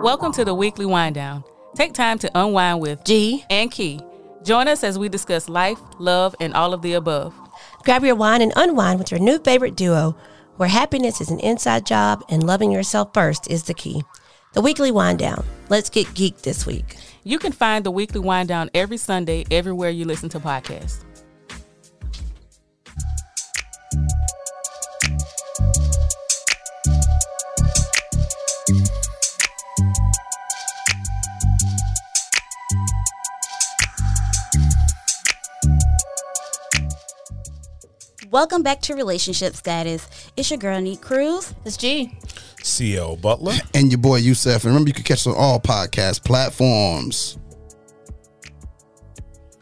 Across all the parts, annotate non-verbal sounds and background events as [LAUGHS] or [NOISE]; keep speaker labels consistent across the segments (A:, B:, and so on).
A: Welcome to the weekly wind down. Take time to unwind with
B: G.
A: and Key. Join us as we discuss life, love, and all of the above.
B: Grab your wine and unwind with your new favorite duo, where happiness is an inside job and loving yourself first is the key. The weekly wind down. Let's get geek this week.
A: You can find the weekly wind down every Sunday everywhere you listen to podcasts.
C: Welcome back to Relationship Status. It's your girl, Neat Cruz.
D: It's G.
E: CL Butler.
F: and your boy Youssef. And remember, you can catch us on all podcast platforms.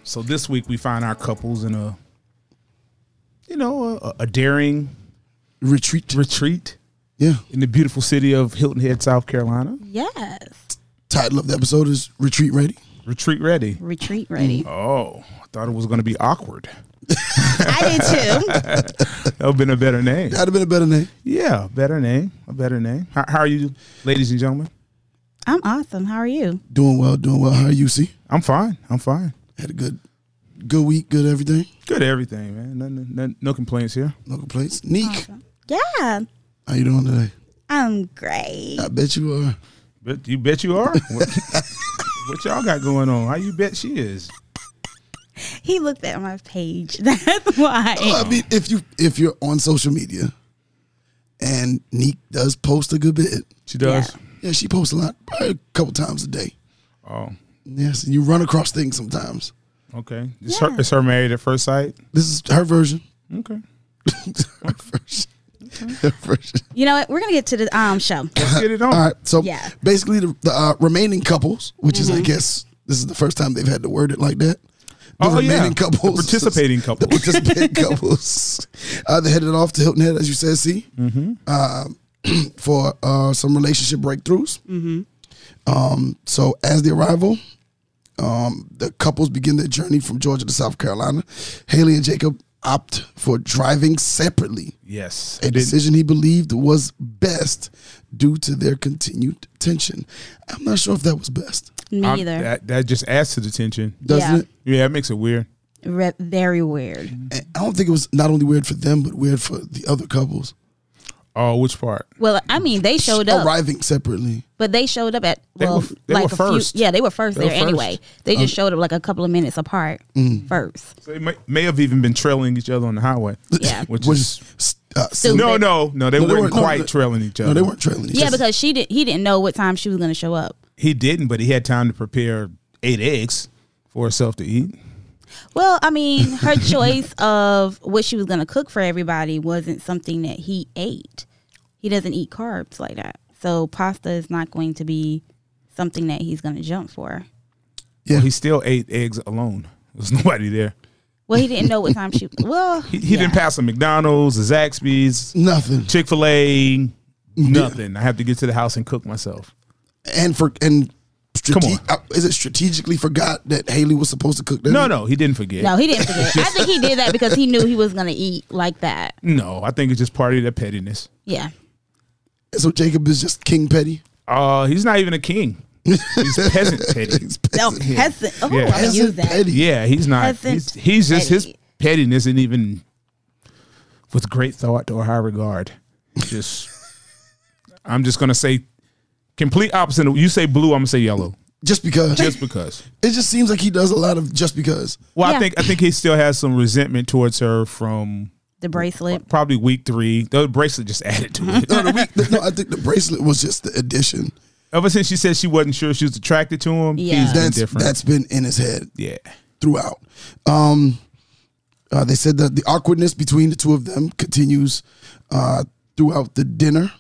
E: So this week we find our couples in a, you know, a, a daring
F: Retreat.
E: retreat
F: Yeah.
E: in the beautiful city of Hilton Head, South Carolina.
C: Yes.
F: Title of the episode is Retreat Ready.
E: Retreat ready.
C: Retreat ready.
E: Oh, I thought it was going to be awkward.
C: [LAUGHS] I did too.
E: [LAUGHS] That would have been a better name.
F: That'd have been a better name.
E: Yeah, better name. A better name. How, how are you, ladies and gentlemen?
C: I'm awesome. How are you?
F: Doing well, doing well. How are you, see?
E: I'm fine. I'm fine.
F: Had a good good week, good everything.
E: Good at everything, man. None, none, no complaints here.
F: No complaints. Neek,
C: Yeah.
F: how you doing today?
C: I'm great.
F: I bet you are.
E: But you bet you are. [LAUGHS] What, what y'all got going on? How you bet she is?
C: He looked at my page. [LAUGHS] That's why.
E: [GASPS]
F: Oh, I mean, if you if you're on social media and Neek does post a good bit.
E: She does.
F: Yeah, she posts a lot, probably a couple times a day.
E: Oh,
F: Yes, and you run across things sometimes.
E: okay. Is, her, is her married at first sight?
F: This is her version. [LAUGHS]
E: Okay.
F: her version. Her version.
C: You know what? We're going to get to the um show.
E: Let's get it on.
F: All right. So
C: Yeah.
F: basically, the, the uh, remaining couples, which is, I guess, this is the first time they've had to word it like that. The
E: Oh, yeah. The
F: remaining couples,
E: participating couples.
F: [LAUGHS]
E: [LAUGHS]
F: the participating couples, uh, they headed off to Hilton Head, as you said, see,
E: Mm-hmm.
F: uh, [CLEARS THROAT] for uh, some relationship breakthroughs. Um, so as the arrival, um, the couples begin their journey from Georgia to South Carolina. Haley and Jacob opt for driving separately
E: Yes.
F: a decision he believed was best due to their continued tension. I'm not sure if that was best,
C: Me
E: I'm-
C: either.
E: That, that just adds to the tension.
F: doesn't
C: Yeah.
F: it?
E: Yeah, it makes it weird.
C: Re- very weird.
F: And I don't think it was not only weird for them, but weird for the other couples
E: Oh, which part?
C: Well, I mean, they showed up,
F: arriving separately.
C: but they showed up at
E: They
C: well,
E: were- they
C: like
E: were
C: a
E: first.
C: few. Yeah, they were first
E: They were
C: there
E: first. Um, Mm.
C: anyway. They just showed up like a couple of minutes apart first.
E: So they may, may have even been trailing each other on the highway.
C: Yeah.
E: [LAUGHS] Which
F: Was
E: is
F: uh,
C: Stupid.
E: no, no, no. They
F: No, they
E: weren't
F: weren't- no,
E: quite
F: they-
E: trailing each other.
F: no, they weren't trailing. each
C: Yeah,
F: other.
C: because she didn't. He didn't know what time she was going to show up.
E: He didn't, but he had time to prepare eight eggs for herself to eat.
C: Well, I mean, her choice of what she was going to cook for everybody wasn't something that he ate. He doesn't eat carbs like that. So pasta is not going to be something that he's going to jump for.
F: Yeah.
E: Well, he still ate eggs alone. There's [LAUGHS] nobody there.
C: Well, he didn't know what time she. Well,
E: He, he didn't
C: yeah.
E: pass a McDonald's, a Zaxby's,
F: nothing.
E: Chick Fil A, nothing. I have to get to the house and cook myself.
F: And for and strate-
E: Come on.
F: uh, is it strategically forgot that Haley was supposed to cook? That
E: No, no, he didn't forget.
C: No, he didn't forget. I think he did that because he knew he was going to eat like that.
E: No, I think it's just part of that pettiness.
C: Yeah.
F: So Jacob is just King Petty.
E: Uh, he's not even a king. He's
C: [LAUGHS]
E: peasant petty.
F: He's
C: No,
F: peasant.
C: peasant. Oh,
E: [LAUGHS] Yeah.
C: I use
F: Peasant
C: that.
F: Petty.
E: Yeah, he's not. He's,
C: Peasant
E: he's just his
C: petty.
E: pettiness isn't even with great thought or high regard. Just, I'm just gonna say complete opposite. of- You say blue, I'm gonna say yellow,
F: Just because
E: just because.
F: it just seems like he does a lot of just because.
E: Well, I
C: Yeah.
E: think I think he still has some resentment towards her from
C: The bracelet.
E: probably week three. The bracelet just added to
C: [LAUGHS]
E: it.
F: No, the week, no, I think the bracelet was just the addition.
E: Ever since she said she wasn't sure she was attracted to him,
C: Yeah.
E: he's been
F: That's
E: different.
F: that's been in his head
E: yeah.
F: throughout. Um, uh, they said that the awkwardness between the two of them continues uh, throughout the dinner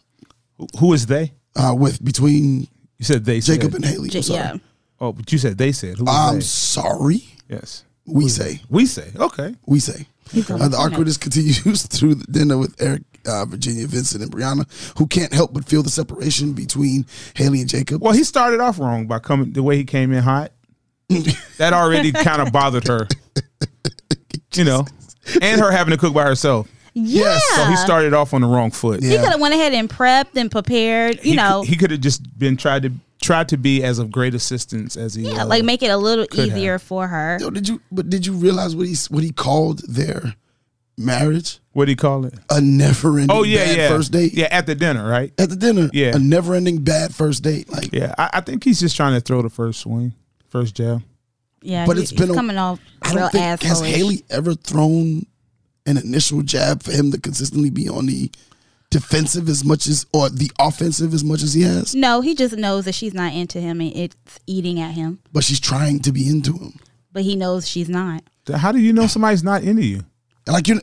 E: Who- Who is they?
F: uh, with between
E: You said they
F: Jacob
E: said.
F: and Haley.
C: J-
F: I'm sorry.
C: yeah.
E: Oh, but you said they said. Who was
F: I'm
E: they?
F: sorry.
E: Yes.
F: We say
E: We say. Okay.
F: we say.
C: gonna
F: Uh, the
C: say it.
F: awkwardness continues [LAUGHS] through the dinner with Eric, uh, Virginia, Vincent, and Brianna, who can't help but feel the separation between Haley and Jacob.
E: Well, he started off wrong by coming the way he came in
F: [LAUGHS]
E: hot. that already kind of bothered her, you know, and her having to cook by herself.
C: Yeah.
E: So he started off on the wrong foot.
C: He could have went ahead and prepped and prepared. You
E: He
C: know.
E: could- he could have just been tried to try to be as of great assistance as he.
C: Yeah,
E: uh,
C: like make it a little
E: have.
C: easier for her.
F: Yo, did you? But did you realize what he what he called their marriage?
E: what do you call it?
F: A never-ending
E: Oh yeah,
F: bad
E: yeah.
F: first date.
E: Yeah, at the dinner, right?
F: At the dinner.
E: Yeah.
F: A never-ending bad first date. Like,
E: Yeah, I, I think he's just trying to throw the first swing, first jab.
C: Yeah,
F: But
C: he-
F: it's been
C: he's
F: a-
C: coming off
F: I
C: real
F: don't think has
C: asshole.
F: Haley ever thrown an initial jab for him to consistently be on the defensive as much as or the offensive as much as he has.
C: No, he just knows that she's not into him and it's eating at him.
F: But she's trying to be into him.
C: But he knows she's not.
E: How do you know somebody's not into you?
F: And like you,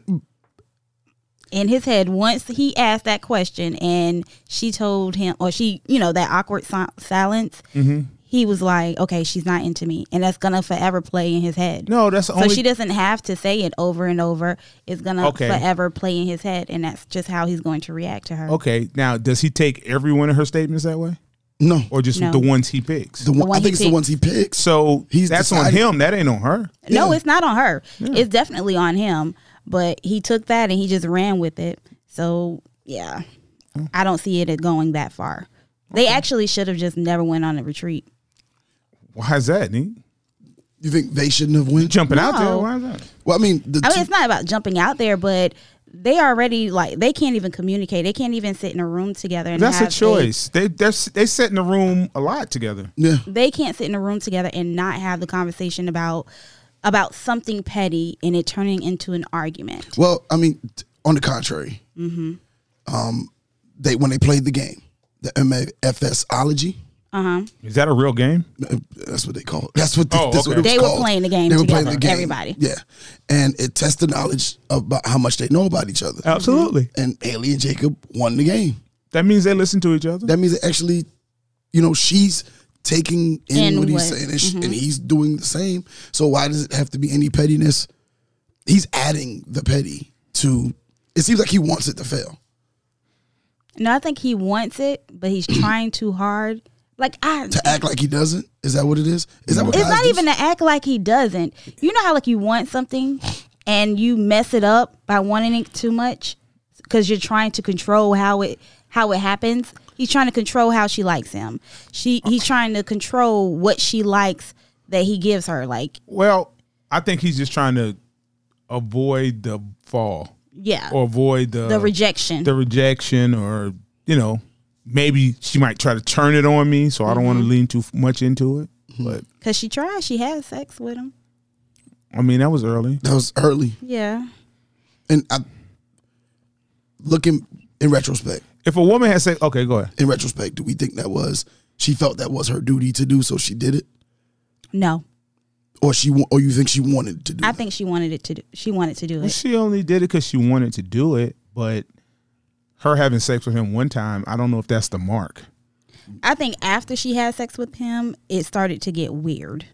C: In his head, once he asked that question and she told him, or she, you know, that awkward si- silence,
F: Mm-hmm.
C: he was like, okay, she's not into me. And that's going to forever play in his head.
E: No, that's the
C: So
E: only.
C: she doesn't have to say it over and over. It's gonna
E: Okay.
C: forever play in his head, and that's just how he's going to react to her.
E: okay, now does he take every one of her statements that way,
F: no,
E: or just
C: No.
E: the ones he picks?
F: the, one,
C: one
F: I think
C: he
F: it's the
C: picks.
F: ones he picks.
E: so
F: He's
E: that's
F: decided-
E: on him. That ain't on her.
C: No,
F: Yeah.
C: it's not on her. It's definitely on him. But he took that and he just ran with it. So yeah,
E: Mm.
C: I don't see it going that far. They actually should have just never went on a retreat.
E: Why is that? Neat?
F: You think they shouldn't have won?
E: Jumping out there.
C: No.
E: Why is that?
F: Well, I mean, the
C: I mean,
F: two-
C: it's not about jumping out there, but they already like they can't even communicate. They can't even sit in a room together. And
E: That's a
C: have
E: choice. They they're, they sit in the room a lot together.
F: yeah,
C: they can't sit in a room together and not have the conversation about about something petty and it turning into an argument.
F: Well, I mean, t- on the contrary, um,
C: Mm-hmm.
F: they when they played the game, the MFSology.
E: Is that a real game?
F: uh, That's what they call it. That's what, the,
E: Oh,
F: that's what it
E: okay.
F: was
C: They were
F: called.
C: playing the game
F: They were
C: together,
F: playing the game.
C: everybody.
F: Yeah, and it tests the knowledge about how much they know about each
E: Oh.
F: other.
E: Absolutely.
F: And Haley and Jacob won the game.
E: That means they listen to each other.
F: That means that actually, you know, she's taking in
C: In
F: what he's
C: what- Mm-hmm.
F: saying, and, sh and he's doing the same. So why does it have to be any pettiness? He's adding the petty to. It seems like he wants it to fail.
C: No, I think he wants it, but he's trying too hard. Like I
F: to act like he doesn't? Is that what it is? Is that what
C: it's
F: guys
C: not
F: do?
C: even to act like he doesn't. You know how like you want something and you mess it up by wanting it too much because you're trying to control how it how it happens. He's trying to control how she likes him. She he's trying to control what she likes that he gives her. Like
E: Well, I think he's just trying to avoid the fall
C: yeah,
E: or avoid the
C: the rejection.
E: the rejection or you know maybe she might try to turn it on me, so I don't want
C: Mm-hmm.
E: to lean too f- much into it. But
C: Cause she tried, she had sex with him.
E: I mean, that was early.
F: That was early,
C: Yeah,
F: and I looking in retrospect.
E: If a woman has said, "Okay, go ahead,"
F: In retrospect, do we think that was she felt that was her duty to do, so she did it,
C: no,
F: or she wa- or you think she wanted to do?
C: I
F: it?
C: think she wanted it to. Do, she wanted to do
E: Well,
C: it.
E: she only did it because she wanted to do it, but her having sex with him one time, I don't know if that's the mark.
C: I think after she had sex with him, it started to get weird.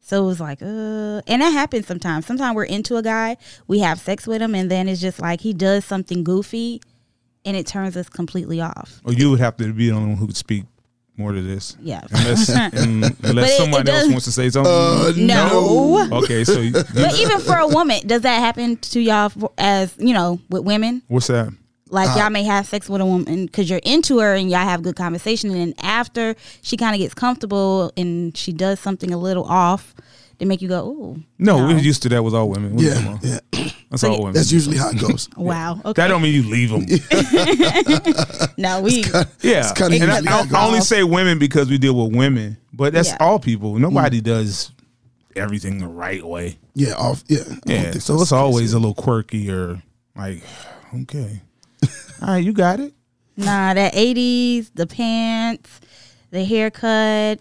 C: So it was like, uh, and that happens sometimes. Sometimes we're into a guy, we have sex with him, and then it's just like he does something goofy, and it turns us completely off.
E: Or you would have to be the only one who could speak more to this.
C: Yeah. [LAUGHS]
E: Unless, un-
C: it-
E: unless
C: it
E: somebody else
C: does-
E: wants to say something.
F: Uh,
C: No.
E: Okay,
C: [LAUGHS]
E: so you,
C: But even for a woman, does that happen to y'all for- as, you know, with women?
E: what's that?
C: Like y'all may have sex with a woman because you're into her and y'all have good conversation, and then after she kind of gets comfortable and she does something a little off, they make you go, "Ooh,
E: No, we're used to that with all women. We- come
F: yeah,
E: on.
F: yeah.
E: that's all women.
F: That's usually how it goes.
C: wow, okay,
E: that don't mean you leave
F: [LAUGHS]
E: them.
C: no, we
E: Yeah,
F: It's kinda
E: and I,
F: usually
E: I-
F: how it
E: I only
C: goes.
E: say women because we deal with women, but that's
C: Yeah.
E: all people. Nobody does everything the right way.
F: Yeah, off. Yeah, I don't
E: Yeah,
F: think
E: so
F: that's
E: it's
F: the case.
E: always a little quirky or like, [SIGHS] okay, all right, you got it.
C: Nah, that eighties, the pants, the haircut,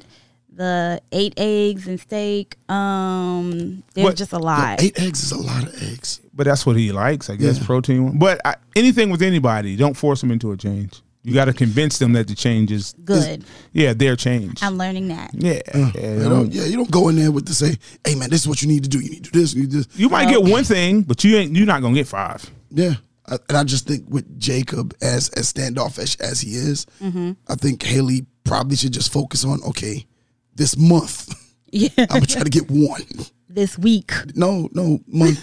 C: the eight eggs and steak. Um, there's
E: What?
C: just a lot.
F: Eight eggs is a lot of eggs.
E: But that's what he likes, I guess. Protein, one. but I, anything with anybody, don't force them into a change. You got to convince them that the change is
C: Good.
E: is- yeah, their change.
C: I'm learning that. [LAUGHS]
E: yeah, yeah,
F: You know,
E: don't-
F: yeah, you don't go in there with the say, "Hey man, this is what you need to do. You need to do this. You need to do this."
E: you might get one thing, but you ain't. You're not gonna get five.
F: Yeah, I, and I just think with Jacob as as standoffish as he is,
C: Mm-hmm.
F: I think Haley probably should just focus on okay, this month [LAUGHS]
C: Yeah.
F: I'm gonna try to get one.
C: this week.
F: No, no
C: [LAUGHS]
F: month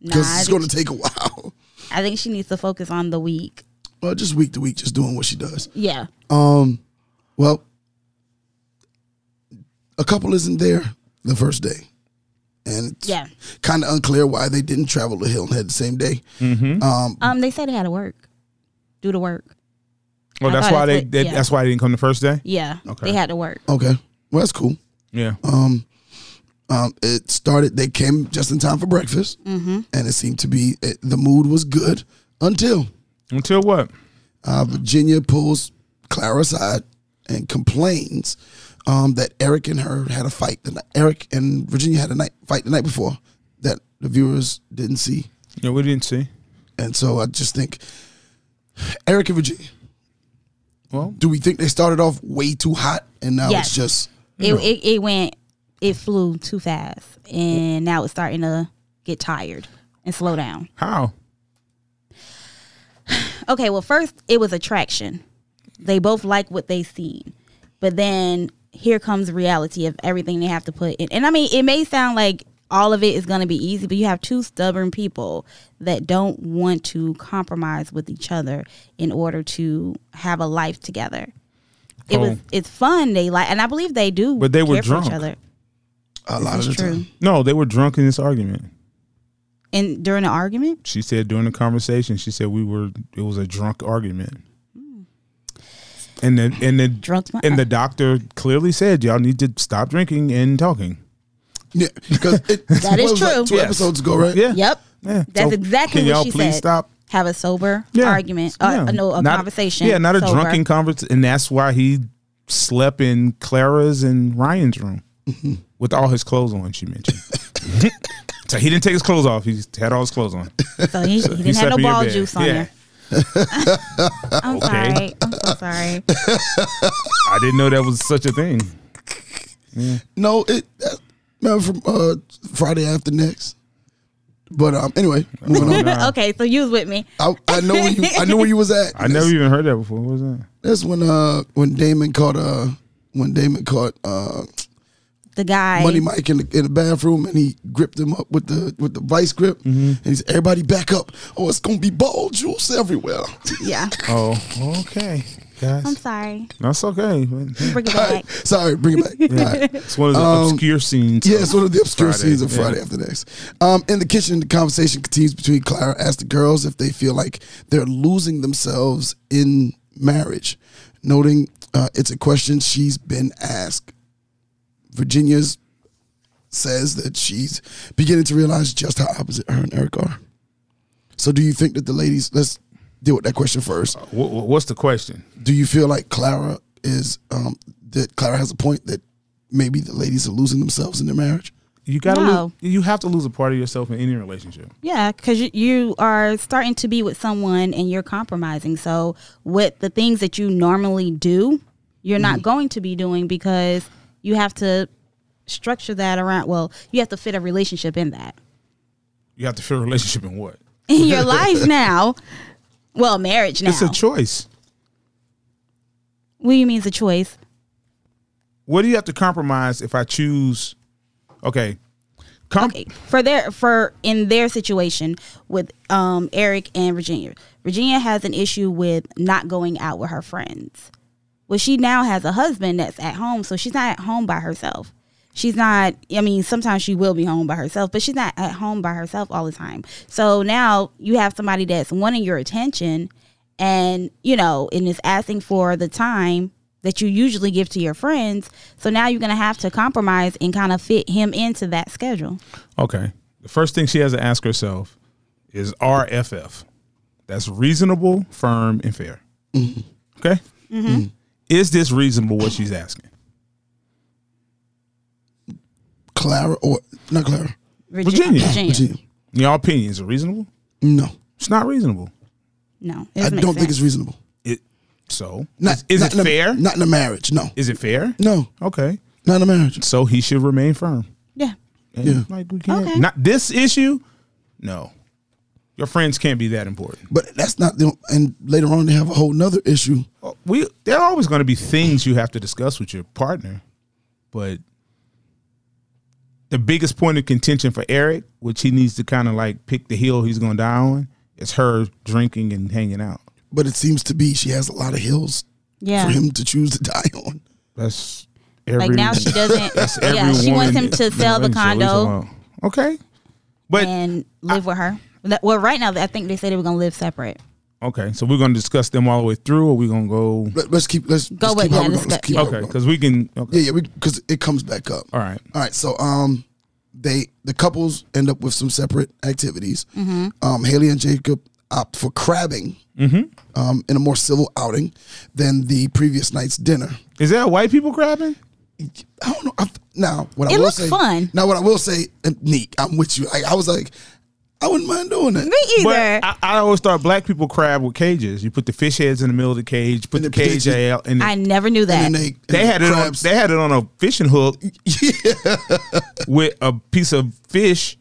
F: because
C: Nah, I
F: it's
C: think,
F: gonna take a while. [LAUGHS]
C: I think she needs to focus on the week.
F: Um, Well, just week to week, just doing what she does.
C: Yeah.
F: Um, well, a couple isn't there the first day, and it's
C: Yeah.
F: kind of unclear why they didn't travel to Hilton Head the same day.
E: Mm-hmm.
F: Um,
C: Um, they said they had to work, do the work.
E: Well,
C: I
E: that's
C: thought
E: why they,
C: that's what-
E: they
C: yeah.
E: that's why they didn't come the first day.
C: Yeah,
E: Okay.
C: they had to work.
F: okay, well that's cool.
E: Yeah.
F: Um, um, it started. They came just in time for breakfast,
C: Mm-hmm.
F: and it seemed to be it, the mood was good until
E: Until what?
F: uh, Virginia pulls Clara aside and complains um, that Eric and her had a fight. The night, Eric and Virginia had a night fight the night before that the viewers didn't see,
E: Yeah, we didn't see.
F: and so I just think Eric and Virginia.
E: Well,
F: Do we think they started off way too hot, and now
C: Yes.
F: it's just
C: It, it it went, it flew too fast, and now it's starting to get tired and slow down.
E: how?
C: Okay, well, first it was attraction. They both like what they seen, but then here comes reality of everything they have to put in. And I mean, it may sound like all of it is going to be easy, but you have two stubborn people that don't want to compromise with each other in order to have a life together. It was
E: Oh.
C: it's fun. They like, and I believe they do.
E: But they were
C: care for
E: drunk.
C: Each other.
F: a lot of
C: It's
F: the
C: true.
F: time.
E: No, they were drunk in this argument.
C: And during the argument,
E: She said during the conversation, she said we were it was a drunk argument. And the and the
C: Drunk my-
E: and the doctor clearly said y'all need to stop drinking and talking.
F: Yeah,
C: [LAUGHS]
F: because
C: That is true.
F: two
E: Yes.
F: episodes ago, right?
E: Yeah.
C: Yep.
E: Yeah.
C: That's
E: So,
C: exactly
E: can
C: what
E: y'all
C: she
E: please
C: said.
E: stop?
C: Have a sober
E: Yeah.
C: argument. Uh,
E: Yeah.
C: no, a
E: Not-
C: conversation.
E: Yeah, not a
C: sober.
E: drunken conversation. And that's why he slept in Clara's and Ryan's room with all his clothes on, she mentioned. so he didn't take his clothes off. He just had all his clothes on.
C: So he, he
E: [LAUGHS]
C: didn't have
E: slept
C: no
E: in your
C: ball
E: bed.
C: juice on
E: Yeah.
C: there. I'm sorry.
E: Okay.
C: I'm so
E: [LAUGHS]
C: sorry.
E: I didn't know that was such a thing.
F: No, it. That, remember from uh, Friday after next. But um, anyway, moving on.
C: [LAUGHS]
E: Nah.
C: okay, so you was with me.
F: I, I know where you. [LAUGHS] I knew where you was at.
E: I never even heard that before. What was that?
F: That's when uh when Damon caught uh when Damon caught uh
C: The guy.
F: Money Mike in the in the bathroom and he gripped him up with the with the vice grip and he said, Everybody back up. Oh, it's gonna be ball juice everywhere. [LAUGHS]
C: Yeah.
E: Oh, okay.
C: I'm
E: Guys,
C: sorry.
E: that's [LAUGHS] okay. But-
C: Bring it
F: All
C: back.
F: right. Sorry, bring it back. All [LAUGHS] right.
E: It's one of the obscure scenes.
F: Yeah, it's one of the obscure
E: Friday,
F: scenes of
E: yeah.
F: Friday After Next. Um, in the kitchen, the conversation continues between Clara asks the girls if they feel like they're losing themselves in marriage, noting uh, it's a question she's been asked. Virginia's says that she's beginning to realize just how opposite her and Eric are. So, do you think that the ladies? Let's deal with that question first.
E: Wh- wh- what's the question?
F: Do you feel like Clara is um, that Clara has a point that maybe the ladies are losing themselves in their marriage?
E: You gotta
C: No.
E: lose, you have to lose a part of yourself in any relationship.
C: Yeah, because you, you are starting to be with someone and you're compromising. So, with the things that you normally do, you're not
E: Mm-hmm.
C: going to be doing because you have to structure that around. Well, you have to fit a relationship in that.
E: You have to feel a relationship in what? [LAUGHS]
C: In your life now, well, marriage now.
E: It's a choice.
C: what do you mean it's a choice?
E: What do you have to compromise if I choose? Okay, Com-
C: for their for in their situation with um Eric and Virginia. Virginia has an issue with not going out with her friends. Well, she now has a husband that's at home, so she's not at home by herself. She's not I mean, sometimes she will be home by herself, but she's not at home by herself all the time. So now you have somebody that's wanting your attention and, you know, and is asking for the time that you usually give to your friends. So now you're going to have to compromise and kind of fit him into that schedule.
E: okay. The first thing she has to ask herself is RFF. That's reasonable, firm, and fair. Mm-hmm. Okay.
C: Mm-hmm.
E: Is this reasonable? What she's asking?
F: Clara or not Clara?
E: Virginia.
C: Virginia.
F: Virginia.
E: In Your opinions are reasonable.
F: No,
E: It's not reasonable.
C: No,
F: I don't think it's reasonable.
E: It so
F: Not
E: is, is
F: not
E: it
F: in a-
E: fair?
F: Not in a marriage. No,
E: is it fair?
F: no,
E: Okay.
F: not in a marriage.
E: So he should remain firm.
C: yeah.
E: And,
F: Yeah.
E: Like we can't.
C: Okay.
E: Not this issue. No. Your friends can't be that important.
F: But that's not the. And later on, they have a whole nother issue.
E: Well, Uh, we there are always going to be things you have to discuss with your partner, but the biggest point of contention for Eric, which he needs to kind of like pick the hill he's going to die on, is her drinking and hanging out.
F: But it seems to [LAUGHS] be she has a lot of hills
C: Yeah.
F: for him to choose to die on.
E: That's Every,
C: Like now she
F: [LAUGHS]
C: doesn't.
E: every
C: yeah, she wants
E: woman
C: him to
E: in-
C: sell the
E: in
C: condo
E: Jerusalem. Okay, but
C: and live with her. That- Well, right now I think they said they were gonna live separate.
E: okay, so we're going to discuss them all the way through, or we're going to go
F: Let, us keep. Let's
C: Go
F: let's
C: with-
F: keep how
C: yeah,
F: we
C: let's
F: go. Let's
C: go-
F: keep how we
E: okay
F: go.
E: because we can. Okay,
F: Yeah, yeah, because it comes back up.
E: all right.
F: All right, so um, they the couples end up with some separate activities.
C: Mm-hmm.
F: Um, Haley and Jacob opt for crabbing
E: Mm-hmm.
F: um, in a more civil outing than the previous night's dinner.
E: Is that white people grabbing?
F: I don't know. I, now, what I
C: It
F: will
C: looked
F: say,
C: fun.
F: Now, what I will say, and Neek, I'm with you. I, I was like, I wouldn't mind doing that.
C: Me either.
E: But I, I always thought black people crab with cages. You put the fish heads in the middle of the cage, put
F: And
E: the,
F: the
E: cage
F: pigeon-
E: out, and
C: I never knew that.
F: And then they, and
E: they
F: the
E: had it on.
F: crabs-
E: They had it on a fishing hook with a piece of fish,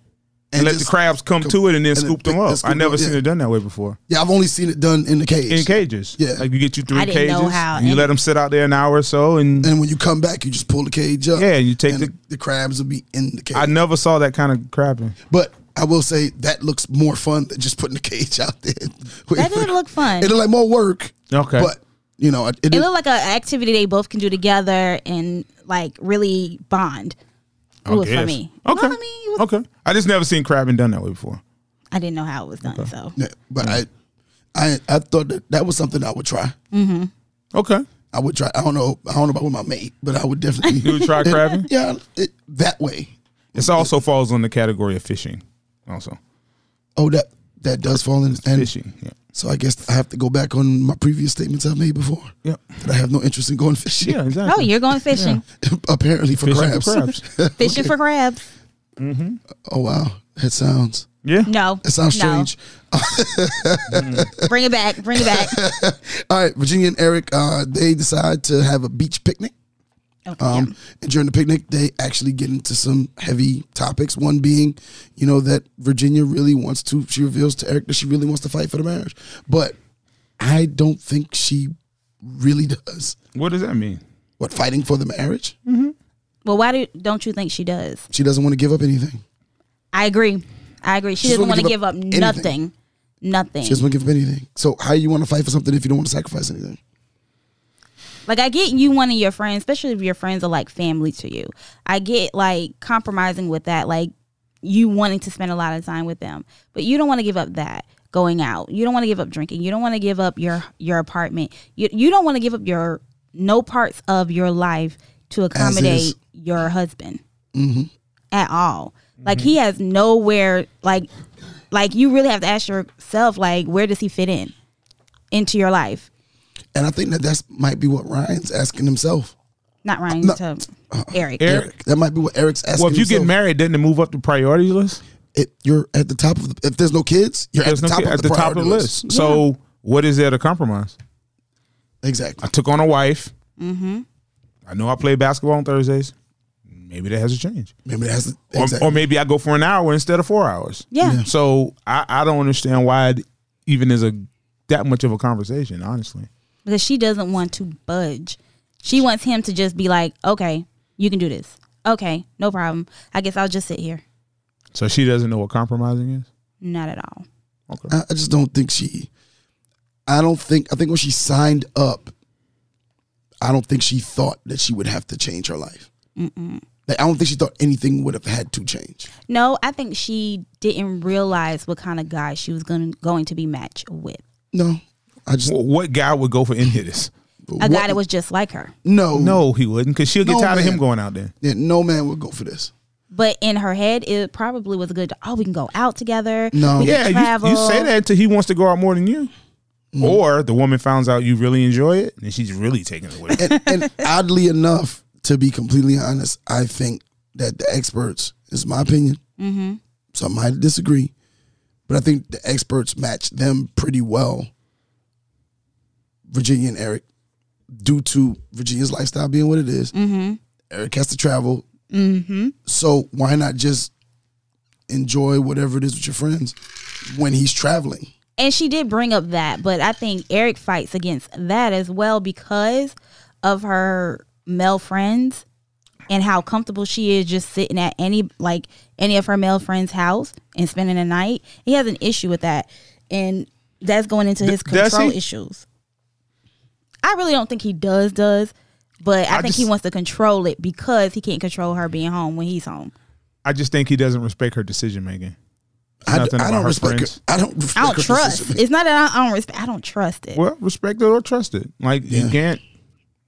E: and,
F: And
E: let the
F: just
E: crabs come,
F: come-
E: to it, and then
F: and then
E: scoop
F: pick-
E: them up.
F: and scoop
E: I never
F: them up,
E: seen
F: yeah.
E: it done that way before
F: yeah, I've only seen it done in the cage.
E: in cages.
F: Yeah.
E: like you get you three
C: I didn't
E: cages,
C: know how
E: and you
C: any-
E: let them sit out there an hour or so, and
F: And when you come back, you just pull the cage up.
E: Yeah, and you take
F: and
E: the-
F: the, crabs will be in the cage.
E: I never saw that kind of crabbing.
F: But I will say that looks more fun than just putting the cage out there.
C: That did look fun.
F: It looked like more work.
E: Okay.
F: But you know, it, it,
C: it
F: did-
C: looked like an activity they both can do together and like really bond. It was for
E: Yes.
C: me. You know
E: Okay.
C: what I mean? It was-
E: okay. I just never seen crabbing done that way before.
C: I didn't know how it was done. So
F: yeah, but
E: Mm.
F: I, I, I thought that that was something I would try.
E: Okay.
F: I would try. I don't know. I don't know about with my mate, but I would definitely.
E: [LAUGHS] You would
F: [LAUGHS]
E: try crabbing?
F: Yeah, it, that way.
E: This also falls on the category of fishing. Also,
F: Oh, that that does fall in. And
E: fishing. Yeah.
F: so I guess I have to go back on my previous statements I made before.
E: Yep.
F: That I have no interest in going fishing.
E: Yeah. Exactly.
C: Oh, you're going fishing.
F: [LAUGHS] Apparently for
E: Fishing
F: crabs.
E: for crabs.
C: Fishing for crabs.
F: Oh wow, that sounds
E: [LAUGHS] Yeah.
C: No.
F: that sounds
C: no.
F: strange.
C: Bring it back. Bring it
F: [LAUGHS]
C: back.
F: All right, Virginia and Eric, uh, they decide to have a beach picnic.
C: Okay,
F: Um, And during the picnic, they actually get into some heavy topics. One being, you know, that Virginia really wants to, she reveals to Eric that she really wants to fight for the marriage. But I don't think she really does.
E: What does that mean?
F: What, fighting for the marriage?
C: Well, why do, don't you think she does?
F: She doesn't want to give up anything.
C: I agree. I agree. She
F: She
C: doesn't
F: doesn't
C: want to
F: wanna
C: give up
F: give up
C: nothing. Nothing.
F: She doesn't want to give up anything. So, how you want to fight for something if you don't want to sacrifice anything?
C: Like I get you wanting your friends, especially if your friends are like family to you. I get like compromising with that, like you wanting to spend a lot of time with them, but you don't want to give up that going out. You don't want to give up drinking. You don't want to give up your your apartment. You you don't want to give up your no parts of your life to accommodate your husband at all. Like he has nowhere. Like like you really have to ask yourself, like where does he fit in into your life?
F: And I think that that's might be what Ryan's asking himself.
C: Not Ryan,
F: No.
C: to Eric.
E: Eric.
F: That might be what Eric's asking.
E: Well, if you
F: himself.
E: get married, doesn't it move up the priority list?
F: it, you're at the top of the, if there's no kids, you're
E: There's
F: at the,
E: no
F: top,
E: kid-
F: of
E: at
F: the
E: the top of the
F: priority
E: list. So what is there to compromise? I
F: Exactly.
E: took on a wife.
C: Mm-hmm.
E: I know I play basketball on Thursdays. Maybe that has a change,
F: Maybe that's
E: or,
F: exactly.
E: or maybe I go for an hour instead of four hours.
C: Yeah. Yeah.
E: So I, I don't understand why it even is a that much of a conversation. Honestly,
C: because she doesn't want to budge. She wants him to just be like, okay, you can do this. Okay, no problem. I guess I'll just sit here.
E: so she doesn't know what compromising is.
C: Not at all.
E: Okay.
F: I, I just don't think she. I don't think. I think when she signed up, I don't think she thought that she would have to change her life. Like, I don't think she thought anything would have had to change.
C: No, I think she didn't realize what kind of guy she was going going to be matched with.
F: No, I just
E: Wh- What guy would go for any of this?
C: A guy
F: what-
C: that was just like her,
F: no
E: No, he wouldn't, because she'll get
F: Oh. No,
E: tired of
F: man.
E: him going out there.
F: Yeah, no man would go for this.
C: but in her head, it probably was a good. Oh, we can go out together.
F: No.
C: we can
E: Yeah, you, you
C: travel."
E: say that until he wants to go out more than you.
F: Mm.
E: Or the woman finds out you really enjoy it, and she's really taking it away.
F: And, and oddly enough, to be completely honest, I think that the experts is my opinion. Mm-hmm. Some might disagree, but I think the experts match them pretty well. Virginia and Eric, due to Virginia's lifestyle being what it is,
C: Mm-hmm.
F: Eric has to travel. Mm-hmm. So why not just enjoy whatever it is with your friends when he's traveling?
C: And she did bring up that, but I think Eric fights against that as well because of her male friends and how comfortable she is just sitting at any like any of her male friends' house and spending the night. He has an issue with that, and that's going into his
E: does
C: control
E: he?
C: issues. I really don't think he does does, But I,
E: I
C: think he
E: just-
C: wants to control it because he can't control her being home when he's home.
E: I just think he doesn't respect her decision making.
F: I,
E: Nothing
F: I
E: about
F: don't
E: her
F: respect
E: friends.
F: her. I don't. [LAUGHS] Respect
C: I don't
F: her
C: trust.
F: decision.
C: It's not that I, I don't respect. I don't trust it.
E: Well, respect it or trust it. Like you
F: Yeah.
E: can't.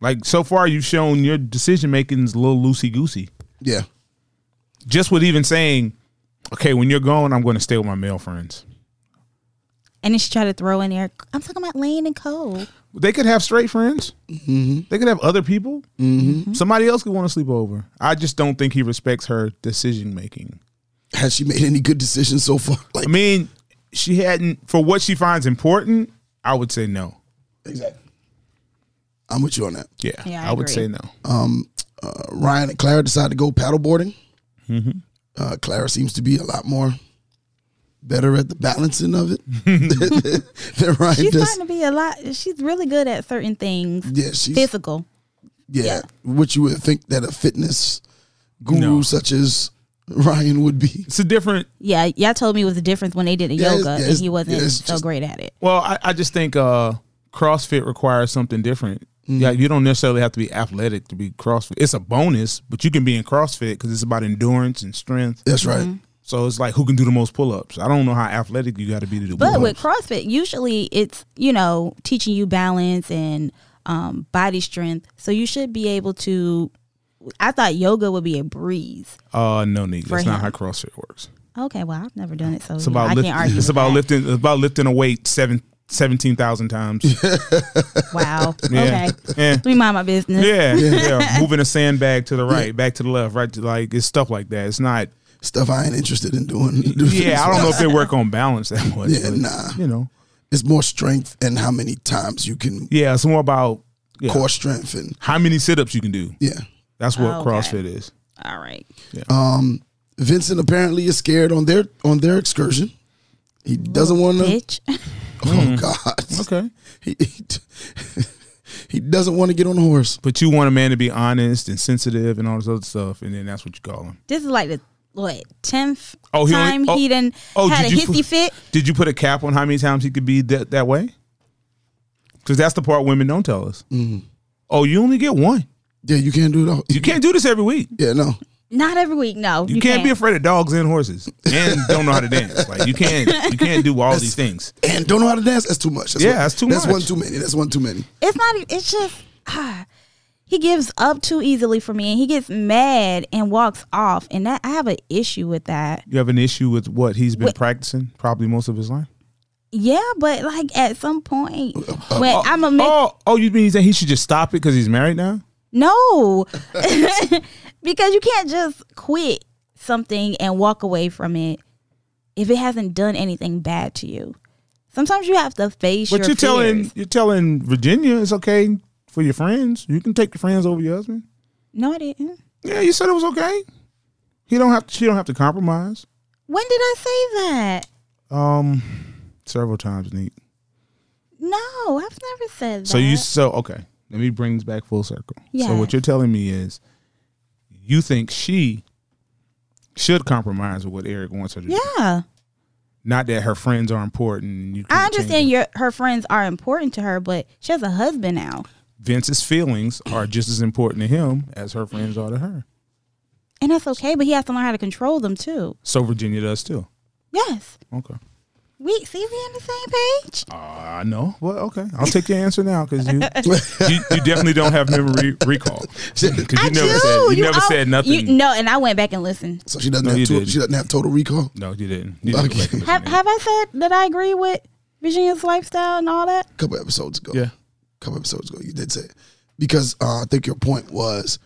E: Like so far, you've shown your decision making is a little loosey goosey.
F: Yeah,
E: Just with even saying, okay, when you're gone, I'm going to stay with my male friends.
C: And then she tried to throw in there. I'm talking about Lane and Cole.
E: They could have straight friends. They could have other people. Somebody else could want to sleep over. I just don't think he respects her decision making.
F: has she made any good decisions so far? [LAUGHS] Like
E: I mean, she hadn't for what she finds important. I would say no.
F: exactly. I'm with you on that.
E: Yeah,
C: Yeah,
E: I,
C: I
E: would
C: agree.
E: say no.
F: Uh, Ryan and Clara decided to go paddleboarding.
E: Mm-hmm.
F: Uh, Clara seems to be a lot more better at the balancing of it
E: [LAUGHS]
F: [LAUGHS] than Ryan
C: She's
F: does.
C: starting to be a lot. She's really good at certain things.
F: yeah, she's
C: Physical.
F: yeah,
C: yeah.
F: What you would think that a fitness guru
E: No.
F: such as Ryan would be.
E: It's a different.
C: Yeah, y'all told me it was the difference when they did the
F: Yeah, it's-
C: yoga
F: yeah,
C: and
F: it's-
C: he wasn't
F: yeah, it's
C: so
F: just-
C: great at it.
E: Well, I, I just think uh, CrossFit requires something different.
F: Mm-hmm.
E: Yeah, you don't necessarily have to be athletic to be CrossFit. It's a bonus, but you can be in CrossFit because it's about endurance and strength.
F: That's right.
C: Mm-hmm.
E: So it's like who can do the most pull-ups. I don't know how athletic you got to be to do
C: But with
E: pull-ups.
C: CrossFit, usually it's you know teaching you balance and um, body strength, so you should be able to. I thought yoga would be a breeze.
E: uh, no need. That's
C: him.
E: not how CrossFit works.
C: Okay, well I've never done it, so
E: It's
C: you know,
E: about
C: I
E: lifting. [LAUGHS]
C: can't argue.
E: It's
C: with
E: about
C: that.
E: lifting. It's about lifting a weight seven.
C: [LAUGHS]
E: 17,000 times.
C: Wow.
E: [LAUGHS] Yeah.
C: Okay.
E: Yeah.
C: We mind my business. [LAUGHS]
E: Yeah, yeah, Moving a sandbag to the right, back to the left, right to like it's stuff like that. It's
F: [LAUGHS]
E: not.
F: Stuff I ain't interested in doing. [LAUGHS]
E: Yeah, I don't know if they work on balance that much.
F: Yeah,
E: but,
F: nah.
E: You know.
F: It's more strength and how many times you can
E: Yeah, it's more about yeah,
F: core strength and
E: how many sit-ups you can do.
F: yeah.
E: That's what
C: Okay.
E: CrossFit is.
C: All right.
F: Um, Vincent apparently is scared on their on their excursion. He doesn't want to.
C: Bitch.
E: Hmm.
F: Oh God. [LAUGHS]
E: Okay,
F: He he, [LAUGHS] he doesn't want to get on a horse.
E: but you want a man to be honest and sensitive and all this other stuff, and then that's what you call him.
C: This is like the what tenth
E: Oh, he only-
C: time
E: oh,
C: he done
E: oh,
C: had a
E: did you
C: hissy
E: put-
C: fit.
E: Did you put a cap on how many times he could be that that way? Because that's the part women don't tell us. Oh, you only get one.
F: Yeah, you can't do it all.
E: You can't do this every week.
F: Yeah, no.
C: Not every week. No,
E: You, can't, be afraid of dogs and horses, and don't know how to dance. Like you can't, you can't do all these things.
F: And don't know how to dance. That's too much. That's
E: Yeah,
F: one-
E: that's too
F: That's
E: much.
F: one too many. That's one too many.
C: It's not. e- It's just ah, he gives up too easily for me, and he gets mad and walks off, and that I have an issue with that.
E: You have an issue with what he's been
C: Wait.
E: practicing probably most of his life.
C: Yeah, but like at some point, when I'm a make
E: Uh, Oh, oh, you mean that he should just stop it because he's married now?
C: no, [LAUGHS] because you can't just quit something and walk away from it if it hasn't done anything bad to you. Sometimes you have to face.
E: But
C: your
E: you're telling
C: fears.
E: you're telling Virginia it's okay for your friends. You can take your friends over your husband.
C: No, I didn't.
E: Yeah, you said it was okay. He don't have to, she don't have to compromise.
C: When did I say that?
E: Um, several times, Neat.
C: No, I've never said that.
E: So you so okay. Let me bring this back full circle. So
C: Yes.
E: what you're telling me is, you think she should compromise with what Eric wants her to do.
C: Yeah.
E: Not that her friends are important. and You
C: I
E: can't change
C: understand
E: them.
C: your her friends are important to her, but she has a husband now,
E: Vince's feelings are just as important to him as her friends are to her.
C: and that's okay. But he has to learn how to control them too.
E: So Virginia does too.
C: Yes,
E: Okay.
C: we see we on the same page.
E: Uh, I know. Well, okay. I'll take your answer now because
C: [LAUGHS]
E: you, you you definitely don't have memory [LAUGHS] recall. 'Cause you
C: I
E: never
C: do.
E: said you, never
C: al-
E: said nothing.
C: You, no, and I went back and listened.
F: So she doesn't
E: No, you
F: have to,
E: didn't.
F: she doesn't have total recall.
E: no, you didn't. You didn't
F: Okay.
E: correct me.
C: Have Have I said that I agree with Virginia's lifestyle and all that?
F: A couple episodes ago.
E: Yeah.
F: A couple episodes ago, you did say it. because uh, I think your point was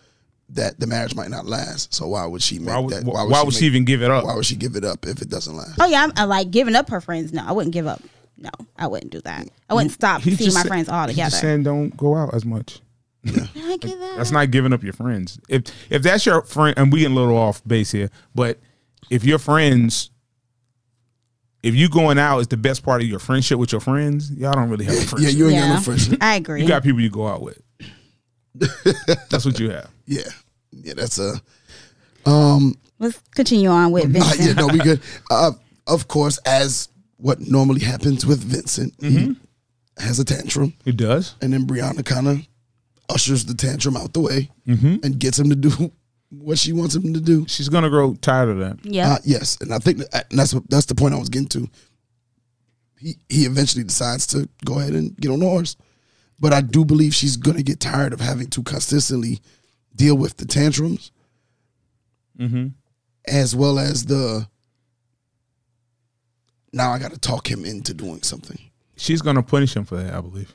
F: that the marriage might not last. So why would she make
E: why would,
F: that?
E: why would, she,
F: make-
E: even give it up?
F: Why would she give it up if it doesn't last?
C: Oh yeah, I'm, i like giving up her friends. No, I wouldn't give up. No, I wouldn't do that. I wouldn't stop
E: He
C: seeing
E: just
C: my
E: said-
C: friends all
E: he just
C: together.
E: saying don't go out as much.
C: I get that.
E: That's not giving up your friends. If if that's your friend, and we getting a little off base here, but if your friends, if you going out is the best part of your friendship with your friends, y'all don't really have a
F: Yeah,
E: friendship.
F: you ain't got
C: Yeah.
F: no friendship.
C: I agree.
E: you got people you go out with. that's what you have.
F: yeah, yeah, that's a. [LAUGHS]
C: Let's continue on with
F: Uh,
C: Vincent.
F: yeah, no, we good. Uh, of course, as what normally happens with Vincent, he has a tantrum,
E: It does.
F: and then Brianna kind of ushers the tantrum out the way and gets him to do [LAUGHS] what she wants him to do.
E: She's gonna grow tired of that.
C: Yeah.
F: Uh, yes, and I think that, and that's what that's the point I was getting to. He he eventually decides to go ahead and get on the horse, but I do believe she's gonna get tired of having to consistently deal with the tantrums,
E: Mm-hmm.
F: as well as the. Now I got to talk him into doing something
E: She's gonna punish him for that. I believe.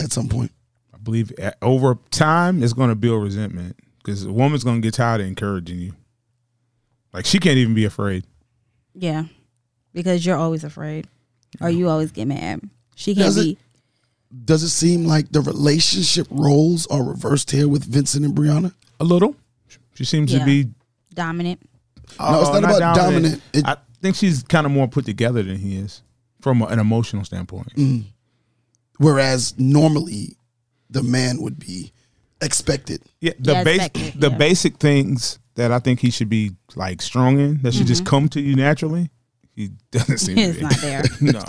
F: at some point.
E: I believe a- over time it's gonna build resentment because a woman's gonna get tired of encouraging you. Like she can't even be afraid.
C: Yeah. Because you're always afraid. Or you always get mad. She can't
F: Does it-
C: be
F: Does it seem like the relationship roles are reversed here with Vincent and Brianna?
E: A little. She seems to
C: Yeah.
E: be.
C: dominant.
F: No, it's
E: uh,
F: not about dominant. It-
E: I think she's kind of more put together than he is from a- an emotional standpoint.
F: Mm. Whereas normally, the man would be expected.
E: Yeah, the
C: Yeah,
E: base,
C: exactly,
E: the
C: yeah.
E: basic things that I think he should be like strong in that should just come to you naturally. He doesn't seem to
C: It's Mm-hmm.
E: be.
C: not there.
E: [LAUGHS] no,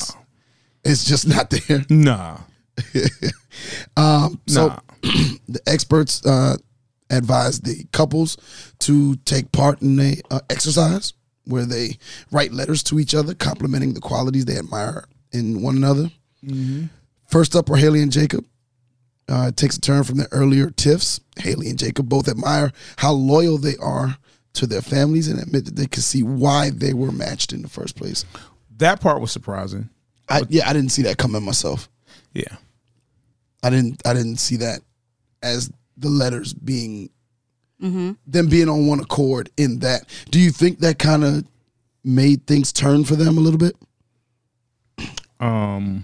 F: It's just not there.
E: no,
F: [LAUGHS] Um, so
E: Nah.
F: the experts uh, advise the couples to take part in a uh, exercise where they write letters to each other, complimenting the qualities they admire in one another. First up are Haley and Jacob. Uh, it takes a turn from their earlier tiffs. Haley and Jacob both admire how loyal they are to their families and admit that they can see why they were matched in the first place.
E: that part was surprising.
F: I, yeah, I didn't see that coming myself.
E: Yeah,
F: I didn't I didn't see that as the letters being
C: Mm-hmm.
F: them being on one accord in that. Do you think that kind of made things turn for them a little bit?
E: um,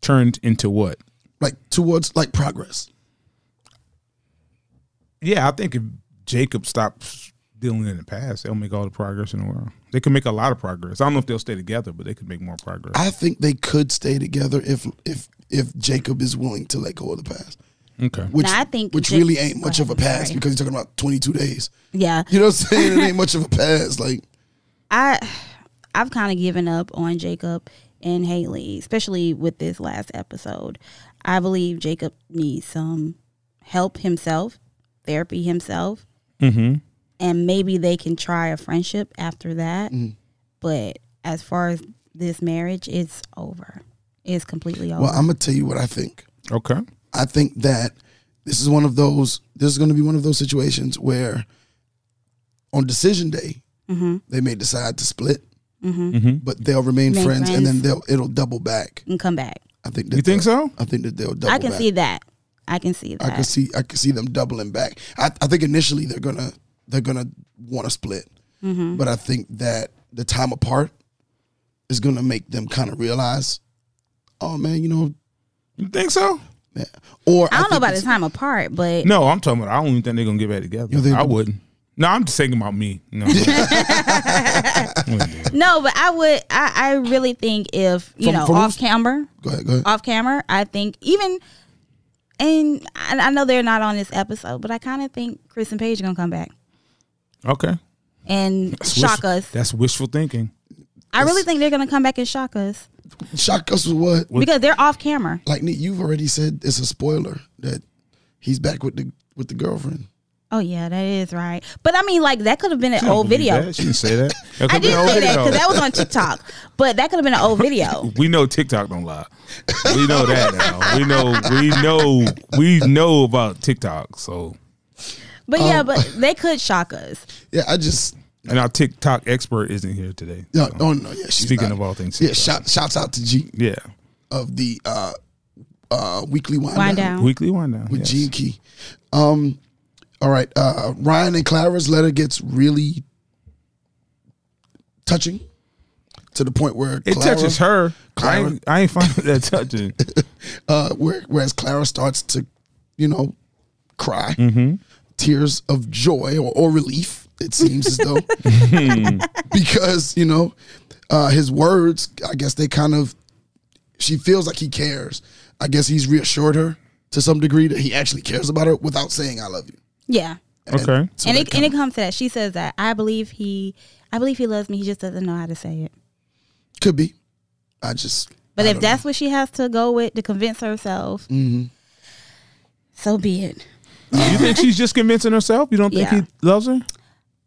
E: turned into what?
F: Like towards like progress.
E: Yeah, I think if Jacob stops dealing in the past, they'll make all the progress in the world. They can make a lot of progress. I don't know if they'll stay together, but they could make more progress.
F: I think they could stay together if if if Jacob is willing to let go of the past.
E: okay,
F: Which
C: Now, I think
F: which
C: Jac-
F: really ain't much of a
C: Sorry.
F: past because you're talking about twenty two days.
C: Yeah.
F: You know what I'm saying? it ain't much of a
C: [LAUGHS]
F: past. Like
C: I I've kind of given up on Jacob and Haley, especially with this last episode. I believe Jacob needs some help himself, therapy himself,
E: mm-hmm.
C: and maybe they can try a friendship after that.
F: Mm-hmm.
C: But as far as this marriage, it's over. It's completely over.
F: well, I'm gonna tell you what I think.
E: okay,
F: I think that this is one of those. This is going to be one of those situations where, on decision day,
C: Mm-hmm.
F: they may decide to split,
E: Mm-hmm.
F: but they'll remain
C: Remain
F: friends, and
C: Mm-hmm. friends.
F: then they'll it'll double back.
C: and come back.
F: I think. That
E: you think
F: they'll-
E: so?
F: I think that they'll double.
C: I can
F: back.
C: see that. I can see
F: I
C: that.
F: can see. I can see them doubling back. I, I think initially they're gonna they're gonna want to split,
C: Mm-hmm.
F: but I think that the time apart is gonna make them kind of realize, oh man, you know,
E: You think so?
F: man. or
C: I don't know
F: think
C: about
F: it's-
C: the time apart, but
E: No, I'm talking about. I don't even think they're gonna get back together.
F: think-
E: I wouldn't. No, I'm just thinking about me.
F: [LAUGHS]
E: No,
C: no, but I would. I, I really think if you
F: From-
C: know
F: from
C: off
F: whose-
C: camera,
F: Go ahead. Go ahead.
C: off camera. I think even, and I, I know they're not on this episode, but I kind of think Chris and Paige are gonna come back
E: okay.
C: and shock
E: wishful-
C: us.
E: That's wishful thinking.
C: I really think they're gonna come back and shock us
F: Shock us with what?
C: because they're off camera.
F: like Nick, you've already said it's a spoiler that he's back with the with the girlfriend.
C: Oh yeah, that is right. But I mean, like that could have been an
E: She don't
C: old
E: believe
C: video.
E: that. She didn't say that.
C: [LAUGHS]
E: That
C: I
E: could've been
C: did
E: an old
C: say that
E: video.
C: because that was on TikTok, but that could have been an old
E: [LAUGHS]
C: video.
E: we know TikTok don't lie. We know that now. We know. We know. We know about TikTok. So,
C: But yeah, but they could shock us.
F: Yeah, I just
E: and our TikTok expert isn't here today.
F: no,
E: so.
F: oh no, yeah. She's
E: Speaking
F: not.
E: of all things,
F: yeah.
E: TikTok.
F: Shout, shouts out to G
E: yeah.
F: of the uh, uh, weekly wind,
C: Wind
F: down,
C: down.
E: Weekly wind down.
F: with
E: yes.
F: Gene Key. Um, all right, uh, Ryan and Clara's letter gets really touching to the point where
E: It
F: Clara-
E: touches her. I
F: Clara-
E: ain't, I ain't find
F: [LAUGHS]
E: that touching.
F: uh, where, whereas Clara starts to, you know, cry tears of joy or, or relief. It seems as [LAUGHS] though because you know uh, his words. I guess they kind of. She feels like he cares. I guess he's reassured her to some degree that he actually cares about her without saying "I love you."
C: Yeah,
E: Okay.
F: So
C: and
F: that
C: it and it comes to that. She says that I believe he, I believe he loves me. He just doesn't know how to say it.
F: could be. I just.
C: But
F: I
C: if
F: don't know. Mm-hmm.
C: that's what she has to go with to convince herself, So be it.
E: You think she's just convincing herself? You don't think
C: Yeah.
E: he loves her?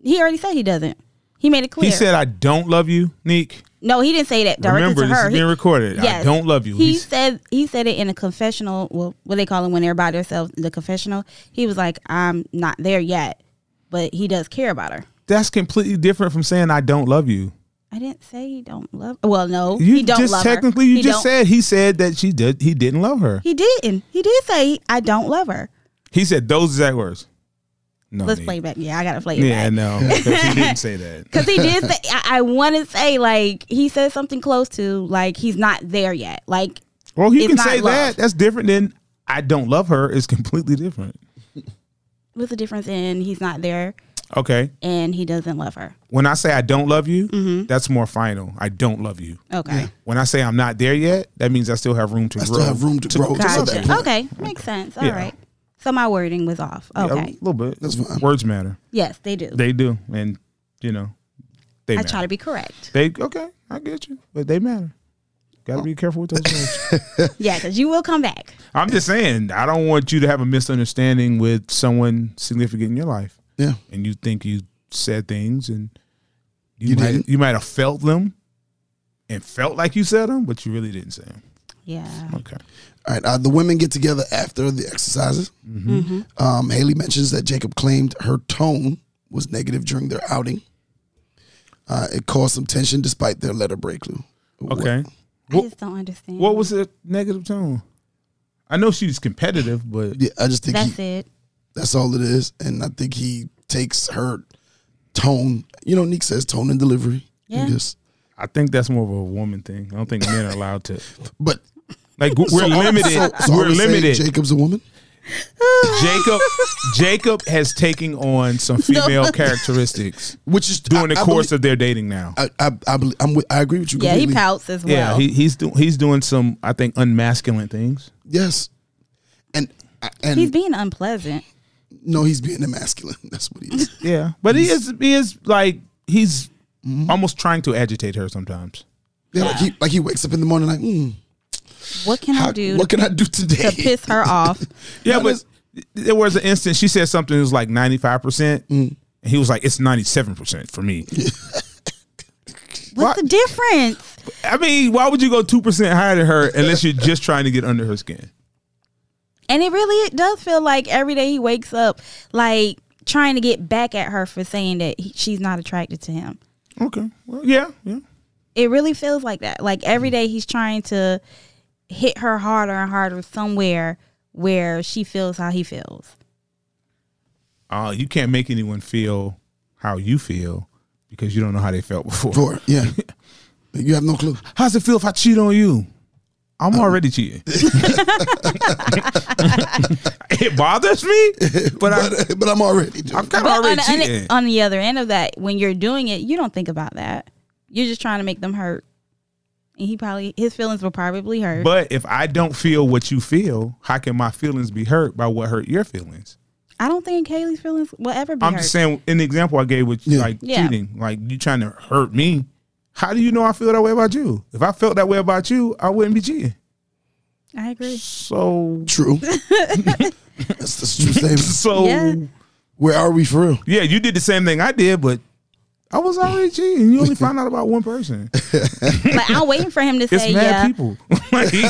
C: He already said he doesn't. He made it clear.
E: He said, "I don't love you, Neek."
C: no, he didn't say that directly
E: Remember,
C: to
E: this
C: her.
E: is being
C: He-
E: recorded. I
C: Yes.
E: don't love you.
C: He
E: He's-
C: said he said it in a confessional. Well, what they call it when they're by themselves, the confessional. He was like, "I'm not there yet," but he does care about her.
E: that's completely different from saying, "I don't love you."
C: I didn't say he don't love. Well, no,
E: You
C: he don't
E: just
C: love
E: technically
C: her.
E: you
C: He don't-
E: just said he said that she did he didn't love her.
C: he didn't. He did say I don't love her.
E: He said those exact words. No,
C: Let's
E: Neek.
C: play back. Yeah, I gotta play it
E: Yeah,
C: back.
E: no, because he didn't say that.
C: [LAUGHS] Cause he did say, I, I want to say like he said something close to like he's not there yet. Like
E: Well, you
C: It's
E: can
C: not
E: say that.
C: love.
E: That's different than I don't love her. Is completely different.
C: what's the difference in he's not there
E: Okay,
C: and he doesn't love her?
E: when I say I don't love you,
C: Mm-hmm.
E: that's more final. I don't love you.
C: Okay,
E: When I say I'm not there yet, that means I still have room to
F: I
E: grow.
F: still have room to grow. Just at
C: gotcha.
F: that point.
C: Okay, makes sense. All right.
E: Yeah.
C: So my wording was off.
E: Yeah,
C: Okay.
E: a little bit.
F: That's fine.
E: Words matter.
C: Yes, they do.
E: They do, and you know, they
C: I
E: matter.
C: try to be correct.
E: They okay, I get you, but they matter. Got to
F: Oh.
E: be careful with those words.
C: yeah, because you will come back.
E: I'm just saying, I don't want you to have a misunderstanding with someone significant in your life,
F: Yeah.
E: and you think you said things, and you,
F: You
E: might
F: didn't.
E: you might have felt them, and felt like you said them, but you really didn't say them.
C: Yeah.
E: Okay,
F: All right. Uh, the women get together after the exercises.
E: Mm-hmm.
C: Mm-hmm.
F: Um, Haley mentions that Jacob claimed her tone was negative during their outing. Uh, it caused some tension despite their letter break.
E: okay.
C: I
E: What-
C: just don't understand.
E: What was the negative tone? I know she's competitive, but
F: Yeah, I just think
C: That's
F: he,
C: it.
F: that's all it is, and I think he takes her tone. You know, Nick says tone and delivery.
C: Yeah.
F: Because,
E: I think that's more of a woman thing. I don't think men are allowed to.
F: but
E: Like we're limited.
F: [LAUGHS] so
E: we're
F: are we saying
E: limited.
F: Jacob's a woman.
E: Jacob Jacob has taken on some female characteristics
F: which is
E: during the
F: I- I
E: course of their dating now.
F: believe- I I, I, believe, I'm with, I agree with you.
C: Yeah, he
F: completely.
C: pouts as well.
E: yeah, he, he's doing he's doing some I think unmasculine things.
F: Yes, and and
C: he's being unpleasant.
F: no, he's being emasculine. [LAUGHS] That's what he is.
E: Yeah, but he is he is like he's almost trying to agitate her sometimes.
F: yeah, like he like he wakes up in the morning like, mm,
C: What can
F: how,
C: I do
F: what can I do today?
C: to piss
E: [LAUGHS]
C: her off?
E: Yeah,
F: No,
E: but there was an instance she said something that was like ninety five percent, and he was like, "It's ninety seven percent for me."
C: What's the difference?
E: I mean, why would you go two percent higher than her unless you're just trying to get under her skin?
C: And it really it does feel like every day he wakes up like trying to get back at her for saying that he, she's not attracted to him.
E: Okay, well, yeah, yeah.
C: It really feels like that. Like every day he's trying to hit her harder and harder somewhere where she feels how he feels.
E: uh, you can't make anyone feel how you feel because you don't know how they felt before.
F: [LAUGHS] For yeah, you have no clue.
E: How's it feel if I cheat on you? I'm already cheating. it bothers me, but I,
F: But, but I'm already doing.
E: I'm kind
C: But
E: of
C: on
E: already
C: the, on,
E: cheating.
C: the, on the other end of that, when you're doing it, you don't think about that. You're just trying to make them hurt. And he probably his feelings were probably hurt.
E: but if I don't feel what you feel, how can my feelings be hurt by what hurt your feelings?
C: I don't think Kaylee's feelings will ever be
E: I'm
C: hurt.
E: just saying, in the example I gave with
F: Yeah.
E: like
C: Yeah.
E: cheating, like you trying to hurt me. How do you know I feel that way about you? If I felt that way about you, I wouldn't be cheating.
C: I agree.
E: So, [LAUGHS]
F: True. that's the true statement.
E: so
C: Yeah.
F: Where are we for real?
E: Yeah, you did the same thing I did, but I was already cheating. You only found out about one person.
C: Like I'm waiting for him to
E: It's
C: say
E: mad
C: yeah.
E: people. [LAUGHS] Like, you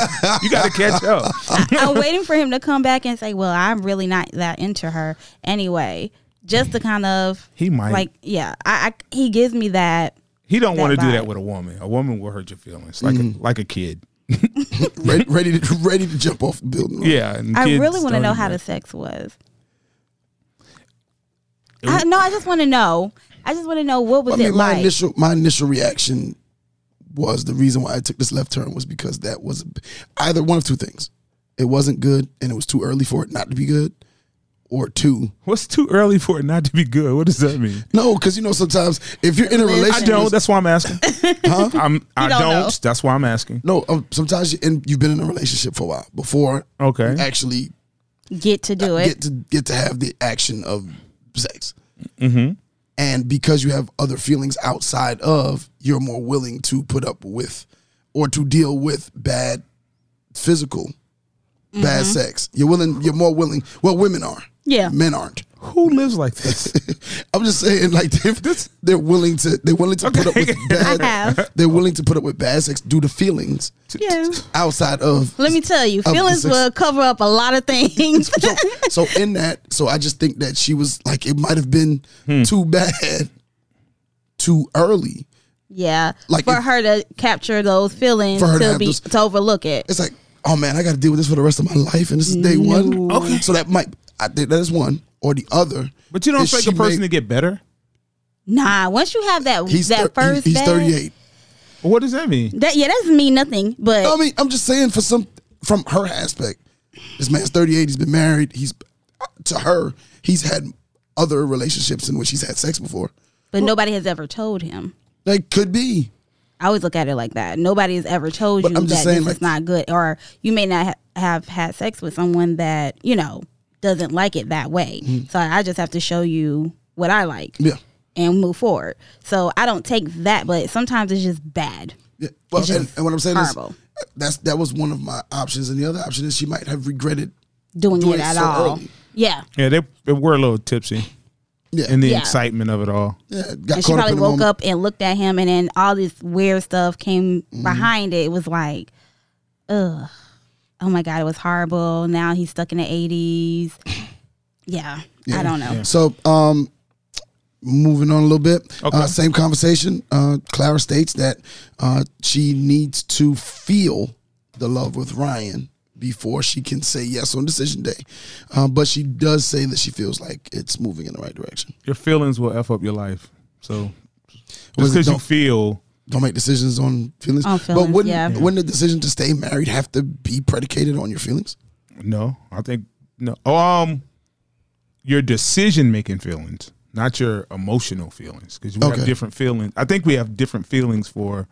E: got to catch up.
C: I'm waiting for him to come back and say, "Well, I'm really not that into her anyway." Just to kind of
E: He might.
C: like, yeah, I, I he gives me that.
E: He don't
C: That
E: want to do that
C: vibe.
E: with a woman. A woman will hurt your feelings, like
F: Mm.
E: a, like a kid.
F: Ready, ready to ready to jump off the building.
E: Yeah, and
C: Mm. I
E: kids
C: really want to
E: don't
C: know
E: do
C: how the
E: that.
C: sex was.
E: It
C: I,
E: was-
C: no, I just want to know. I just want to know what was
F: I mean,
C: it
F: my
C: like.
F: initial my initial reaction was the reason why I took this left turn was because that was either one of two things: it wasn't good, and it was too early for it not to be good, or two,
E: What's too early for it not to be good? What does that mean?
F: no, because you know sometimes if you're in a
E: I
F: relationship,
E: don't. That's why
C: [LAUGHS]
E: I'm asking. I'm, I
C: You don't
E: don't.
C: know.
E: That's why I'm asking.
F: no, um, sometimes you in, you've been in a relationship for a while before
E: Okay.
F: you actually
C: get to do it.
F: get to get to have the action of sex. And because you have other feelings outside of, you're more willing to put up with or to deal with bad physical bad sex. You're willing. You're more willing. Well, women are.
C: Mm-hmm. Yeah.
F: Men aren't. [LAUGHS]
E: Who lives like this?
F: I'm just saying, like [LAUGHS] if they're willing to, they're willing to put up with
C: I
F: bad.
C: have.
F: They're willing to put up with bad sex due to feelings
C: Yeah.
F: outside of.
C: Let me tell you,
F: the
C: feelings
F: sex-
C: will cover up a lot of things.
F: So, so in that, so I just think that she was like, it might have been
E: Hmm.
F: too bad, too early.
C: [LAUGHS] yeah.
F: Like
C: for
F: if-
C: her to capture those feelings
F: For her to
C: to
F: have
C: be
F: this-
C: to overlook it.
F: It's like, oh man, I got to deal with this for the rest of my life, and this is day one. Okay, so that might, I think that is one or the other.
E: But you don't
F: is
E: expect a
F: she
E: person
F: may-
E: to get better.
C: Nah, once you have that
F: He's
C: that
F: thir- he-
C: first
F: he's
C: bag-
F: 38.
E: What does that mean?
C: That yeah, that doesn't mean nothing. But
F: I mean, I'm just saying for some from her aspect, this man's 38. He's been married. He's to her. He's had other relationships in which he's had sex before.
C: but nobody has ever told him.
F: That could be.
C: I always look at it like that. Nobody has ever told
F: But
C: you
F: I'm
C: that
F: just
C: this
F: saying,
C: is
F: like-
C: not good, or you may not ha- have had sex with someone that you know doesn't like it that way.
F: Hmm.
C: So I just have to show you what I like
F: Yeah.
C: and move forward. So I don't take that, but sometimes it's just bad.
F: Yeah. Well,
C: It's
F: and,
C: just
F: and what I'm saying
C: horrible.
F: is that's that was one of my options, and the other option is she might have regretted.
C: Doing,
F: Doing
C: it
F: it
C: at
F: so
C: all,
F: early.
C: yeah.
E: Yeah, they, they were a little tipsy
F: Yeah.
E: in the
C: Yeah.
E: excitement of it all.
F: yeah got
C: And she
F: caught up
C: probably
F: in the
C: woke
F: moment.
C: up and looked at him, and then all this weird stuff came behind it. It was like, ugh, oh my god, it was horrible. Now he's stuck in the eighties. Yeah, I don't know.
F: So, um, moving on a little bit.
E: Okay.
F: Uh, same conversation. Uh, Clara states that uh, she needs to feel the love with Ryan before she can say yes on decision day. Uh, but she does say that she feels like it's moving in the right direction.
E: Your feelings will f up your life. So
F: Was
E: just
F: it
E: because you
F: don't-
E: feel
F: Don't make decisions on feelings.
C: On
F: but
C: feelings,
F: wouldn't
C: yeah.
F: wouldn't the decision to stay married have to be predicated on your feelings?
E: no, I think no. Oh, um, your decision making feelings, not your emotional feelings, because we
F: Okay.
E: have different feelings. I think we have different feelings for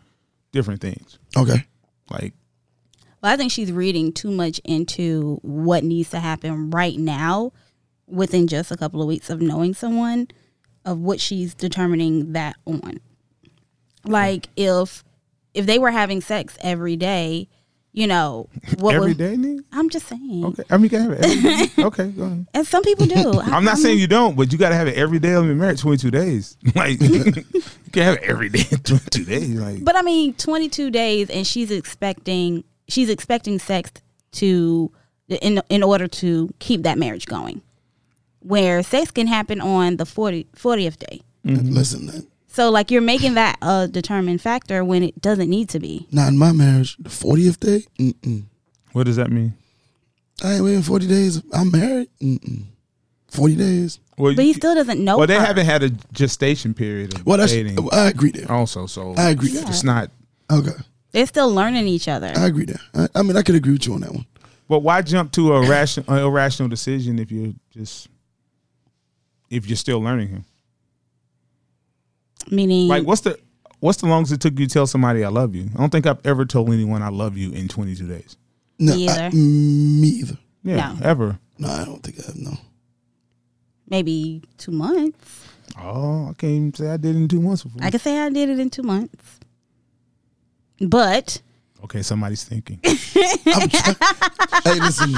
E: different things.
F: Okay.
E: Like
C: Well, I think she's reading too much into what needs to happen right now within just a couple of weeks of knowing someone, of what she's determining that on. Like if if they were having sex every day, you know, what
E: every
C: would-
E: day, nigga?
C: I'm just saying.
E: Okay, I mean, you gotta have it every
C: [LAUGHS]
E: day. okay, go ahead.
C: And some people
E: [LAUGHS]
C: do. I-
E: I'm not saying you don't, but you got to have it every day of your marriage, 22 days. [LAUGHS] Like, you can't have it every day, 22 days. Like,
C: But I mean, 22 days, and she's expecting she's expecting sex to in in order to keep that marriage going. Where sex can happen on the 40, 40th day.
E: Mm-hmm.
F: Listen, man,
C: So like you're making that a determined factor when it doesn't need to be.
F: not in my marriage. The fortieth day, Mm-mm.
E: what does that mean?
F: I ain't waiting forty days. I'm married. Mm-mm. Forty days.
E: Well,
C: But he still doesn't know.
E: well they
C: her.
E: haven't had a gestation period of
F: Well, that's
E: dating
F: I agree there.
E: also, so
F: I agree.
E: It's not.
F: Okay,
C: They're still learning each other.
E: Uh,
F: I agree there. I, I mean, I could agree with you on that one.
E: But why jump to a rational, an irrational decision if you're just, if you're still learning him?
C: Meaning,
E: Like, what's the, what's the longest it took you to tell somebody I love you? I don't think I've ever told anyone I love you in 22 days.
F: No,
C: Me
F: I- mm,
C: either.
F: me either.
E: Yeah,
C: No.
E: ever.
F: No, I don't think I have. No,
C: maybe two months.
E: Oh, I can't even say I did in two months before.
C: I could say I did it in two months. But
E: [LAUGHS] okay, somebody's thinking.
F: I'm try- hey, listen,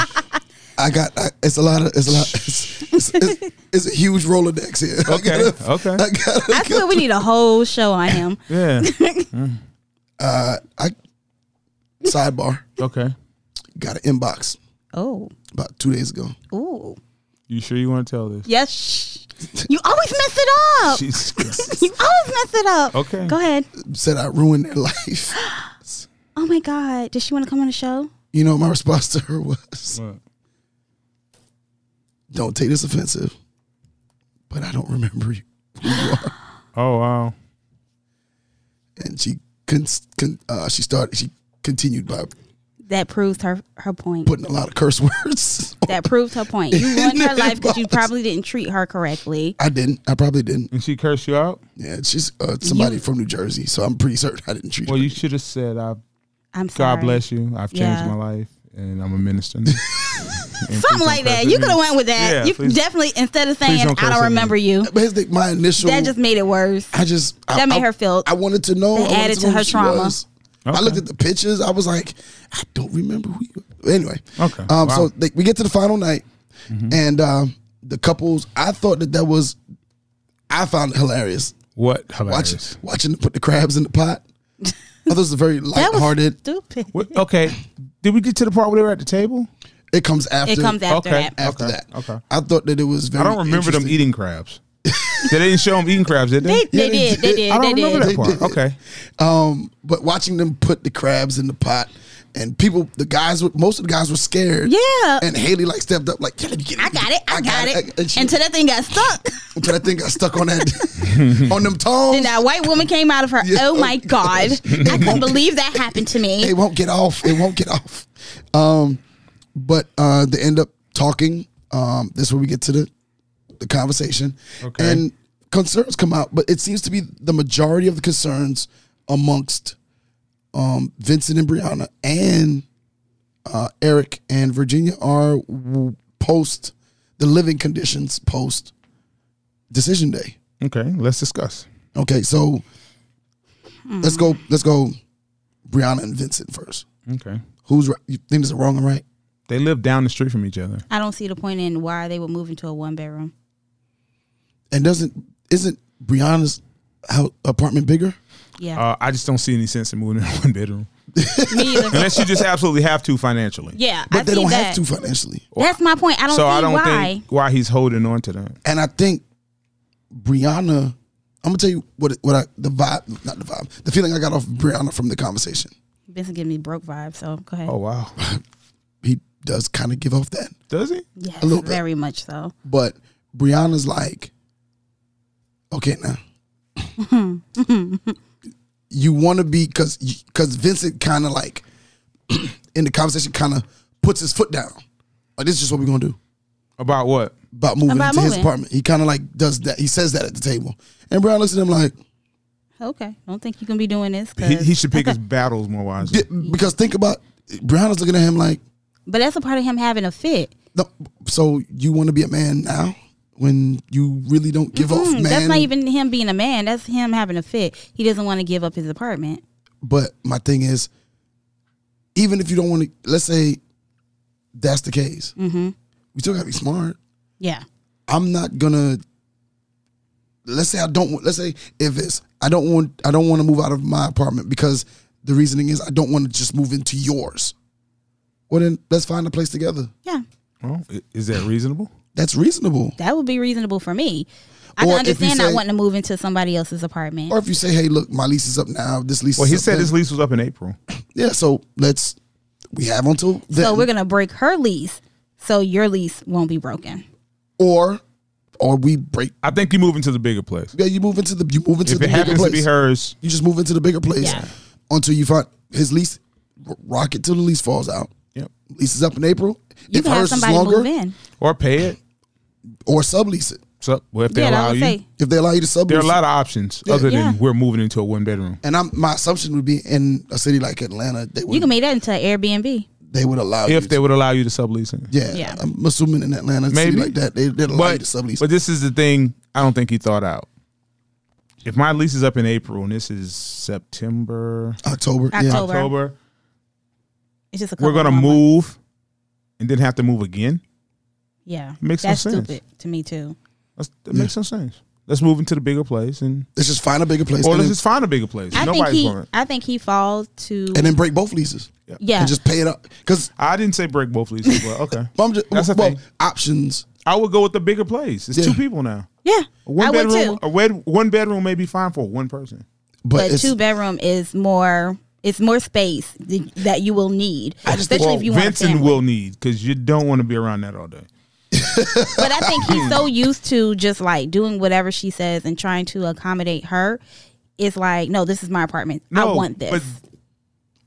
F: I got. I, it's a lot of. It's a lot. It's, it's, it's, it's a huge rolodex here. I
E: Okay,
F: gotta-
E: okay.
F: I gotta.
C: I feel we need a whole show on
E: [COUGHS]
C: him. [LAUGHS]
E: Yeah.
F: Uh, I sidebar
E: Okay.
F: got an inbox
C: Oh,
F: about two days ago.
C: ooh,
E: You sure you want to tell this?
C: yes. sh- You always mess it up.
E: [LAUGHS] Jesus
C: [LAUGHS]
E: Christ.
C: You always mess it up.
E: Okay.
C: Go ahead.
F: Said I ruined their [LAUGHS] life.
C: Oh my God. Does she want to come on the show?
F: You know, what my [LAUGHS] response to her was,
E: What?
F: "Don't take this offensive, but I don't remember you."
E: Oh wow.
F: and she con- con- uh, she started she continued by
C: That proves her her point.
F: putting a lot of curse [LAUGHS] words.
C: that proved her point. You ruined
E: [LAUGHS]
C: her life because you probably didn't treat her correctly.
F: I didn't. I probably didn't.
E: And she cursed you out?
F: Yeah, she's uh, somebody from New Jersey, so I'm pretty certain I didn't treat
E: Well,
F: her.
E: you should have said I
C: I'm sorry.
E: God bless you. I've changed
C: Yeah.
E: my life and I'm a
C: [LAUGHS]
E: minister. now." And please
C: Something
E: don't
C: like that.
E: curse
C: You
E: at
C: could
E: me.
C: have went with that.
E: Yeah,
C: you
E: please-
C: definitely instead of saying
E: don't
C: I
E: curse at
C: don't
E: me."
C: remember you,
F: But here's the, my initial.
C: that just made it worse.
F: I just I,
C: that made
F: I-
C: her feel-
F: I wanted to know.
C: that
F: I wanted
C: added
F: to,
C: to
F: know who
C: her
F: she
C: trauma.
F: was. I
E: Okay.
F: looked at the pictures. I was like, I don't remember who you. Anyway,
E: Okay.
F: Um,
E: Wow. Mm-hmm.
F: So they, we get to the final night, and um, the couples. I thought that that was, I found it hilarious.
E: What?
F: Watch,
E: Hilarious.
F: watching them put the crabs in
C: [LAUGHS]
F: the pot. I thought it was very
C: That was
F: lighthearted.
C: stupid.
E: What? Okay. Did we get to the part where they were at the table?
F: It comes after.
C: It comes after
E: Okay.
C: that.
F: after
E: Okay,
F: that.
E: okay.
F: I thought that it was
E: I
F: very.
E: don't remember them
F: interesting.
E: eating crabs. [LAUGHS] they didn't show them eating crabs, did
C: They,
E: they?
C: they,
F: they
C: did. They
F: did.
C: did.
E: I don't
C: they
E: remember
C: did.
E: that part. Okay.
F: Um, but watching them put the crabs in the pot, and people, the guys, were, most of the guys were scared.
C: Yeah.
F: And Haley like stepped up, like, yeah, let me get it.
C: I
F: let me
C: got
F: get
C: it. I, got, it.
F: And she-
C: Until that thing got stuck. [LAUGHS]
F: until that [LAUGHS] thing got stuck on that, on them
C: and
F: tongs.
C: that white woman came out of her.
F: Oh, Yeah.
C: Oh
F: [LAUGHS]
C: my God. I couldn't believe that happened to me.
F: It won't get off. It won't get off. Um, but uh, they end up talking. Um, this is where we get to the the conversation.
E: Okay.
F: And concerns come out, but it seems to be the majority of the concerns amongst um, Vincent and Brianna and uh, Eric and Virginia are w- post the living conditions post decision day.
E: Okay. Let's discuss.
F: Okay, so let's go. Let's go. Brianna and Vincent first.
E: Okay.
F: Who's right? You think is it wrong and right?
E: They live down the street from each other.
C: I don't see the point in why they would move into a one bedroom.
F: And doesn't isn't Brianna's hou- apartment bigger?
C: Yeah.
E: Uh, I just don't see any sense in moving in [LAUGHS] one bedroom
C: me
F: [LAUGHS]
C: either.
E: unless you just absolutely have to financially.
C: Yeah.
F: Uh, But
C: I
F: they
C: see
F: don't
C: that.
F: have to financially.
C: That's my point. I don't
E: so
C: see
E: I don't
C: why.
E: think why he's holding on to that.
F: And I think Brianna. I'm gonna tell you what it- what I the vibe not the vibe the feeling I got off of Brianna from the conversation.
C: Benson giving me broke vibes, so go ahead.
E: Oh wow.
F: He does kind of give off that,
E: [LAUGHS] Does he?
C: yes,
F: a little bit.
C: very much so.
F: but Brianna's like, okay now. you want to be because because Vincent kind of like [CLEARS THROAT] in the conversation kind of puts his foot down. Like this is just what we're gonna do.
E: About what?
F: about moving
C: About
F: into his
C: moving.
F: apartment. He kind of like does that. He says that at the table, and Brown looks at him like,
C: Okay, don't think you can be doing this. 'cause-
E: He, he
C: [LAUGHS]
E: should pick his battles more wisely.
F: "Yeah," because think about Brown is looking at him like,
C: but that's a part of him having a fit.
F: no, so you want to be a man now when you really don't give off
C: Mm,
F: man.
C: that's not even him being a man. That's him having a fit. He doesn't want to give up his apartment.
F: but my thing is, even if you don't want to, let's say that's the case,
C: Mm-hmm.
F: we still gotta be smart.
C: Yeah,
F: I'm not gonna. Let's say I don't. want- Let's say if it's I don't want. I don't want to move out of my apartment because the reasoning is I don't want to just move into yours. Well then, let's find a place together.
C: yeah,
E: Well, i- is that reasonable?
F: That's reasonable.
C: that would be reasonable for me. I can
F: Or if you
C: understand not
F: say-
C: wanting to move into somebody else's apartment.
F: Or if you say, "Hey, look, my lease is up now. This lease."
E: Well,
F: is
E: he
F: up
E: said
F: then.
E: his lease was up in April.
F: Yeah, so let's. We have until then,
C: so we're gonna break her lease, so your lease won't be broken.
F: or or we break.
E: I think you move into the bigger place.
F: Yeah, you move into the you move into
E: If
F: the
E: it
F: bigger
E: happens
F: place.
E: to be hers,
F: You just move into the bigger place
C: Yeah.
F: until you find his lease. Rock it till the lease falls out.
E: yep.
F: lease is up in April.
C: You
F: if
C: can have
F: hers is
C: somebody
F: longer,
C: move in.
E: or pay it.
F: or sublease it
E: So, well, if they
C: Yeah,
E: allow
C: that would
E: you,
C: say
F: if they allow you to sublease.
E: there are a lot
F: it.
E: of options other than
C: Yeah.
E: we're moving into a one bedroom.
F: and I'm, my assumption would be in a city like Atlanta, they would
C: you can make that into an Airbnb.
F: they would allow you
E: If they
F: to,
E: would allow you to sublease it,
F: yeah,
C: Yeah.
F: I'm assuming in Atlanta, a
E: Maybe.
F: city like that, they they'd allow you
E: but
F: to sublease.
E: but this is the thing. I don't think he thought out. If my lease is up in April and this is September,
F: October, yeah,
C: October.
E: October,
C: It's just a.
E: we're
C: couple
E: gonna
C: of months.
E: move, and then have to move again.
C: Yeah,
E: Makes no
C: that's
E: sense.
C: stupid to me too.
E: That's, that makes no sense. Let's move into the bigger place, and
F: let's just find a bigger place,
E: or
F: and,
E: let's
F: then,
E: just find a bigger place.
C: I think
E: Nobody's
C: he,
E: going.
C: I think he falls to
F: and then break both leases
C: yeah.
F: and just pay it up because.
E: I didn't say break both leases, but okay.
F: I'm just,
E: That's the
F: well,
E: thing.
F: options.
E: I would go with the bigger place. It's
F: Yeah.
E: two people now.
C: yeah,
E: A One
C: I would
E: bedroom, oh,
C: too.
E: A wed- one bedroom may be fine for one person.
F: But,
C: But
F: it's,
C: two bedroom is more. It's more space th- that you will need, especially if you want a
E: Vincent
C: family.
E: will need because you don't want to be around that all day.
C: But I think he's
E: [CLEARS THROAT]
C: so used to just like doing whatever she says and trying to accommodate her. It's like, no, this is my apartment. I want this.
E: But,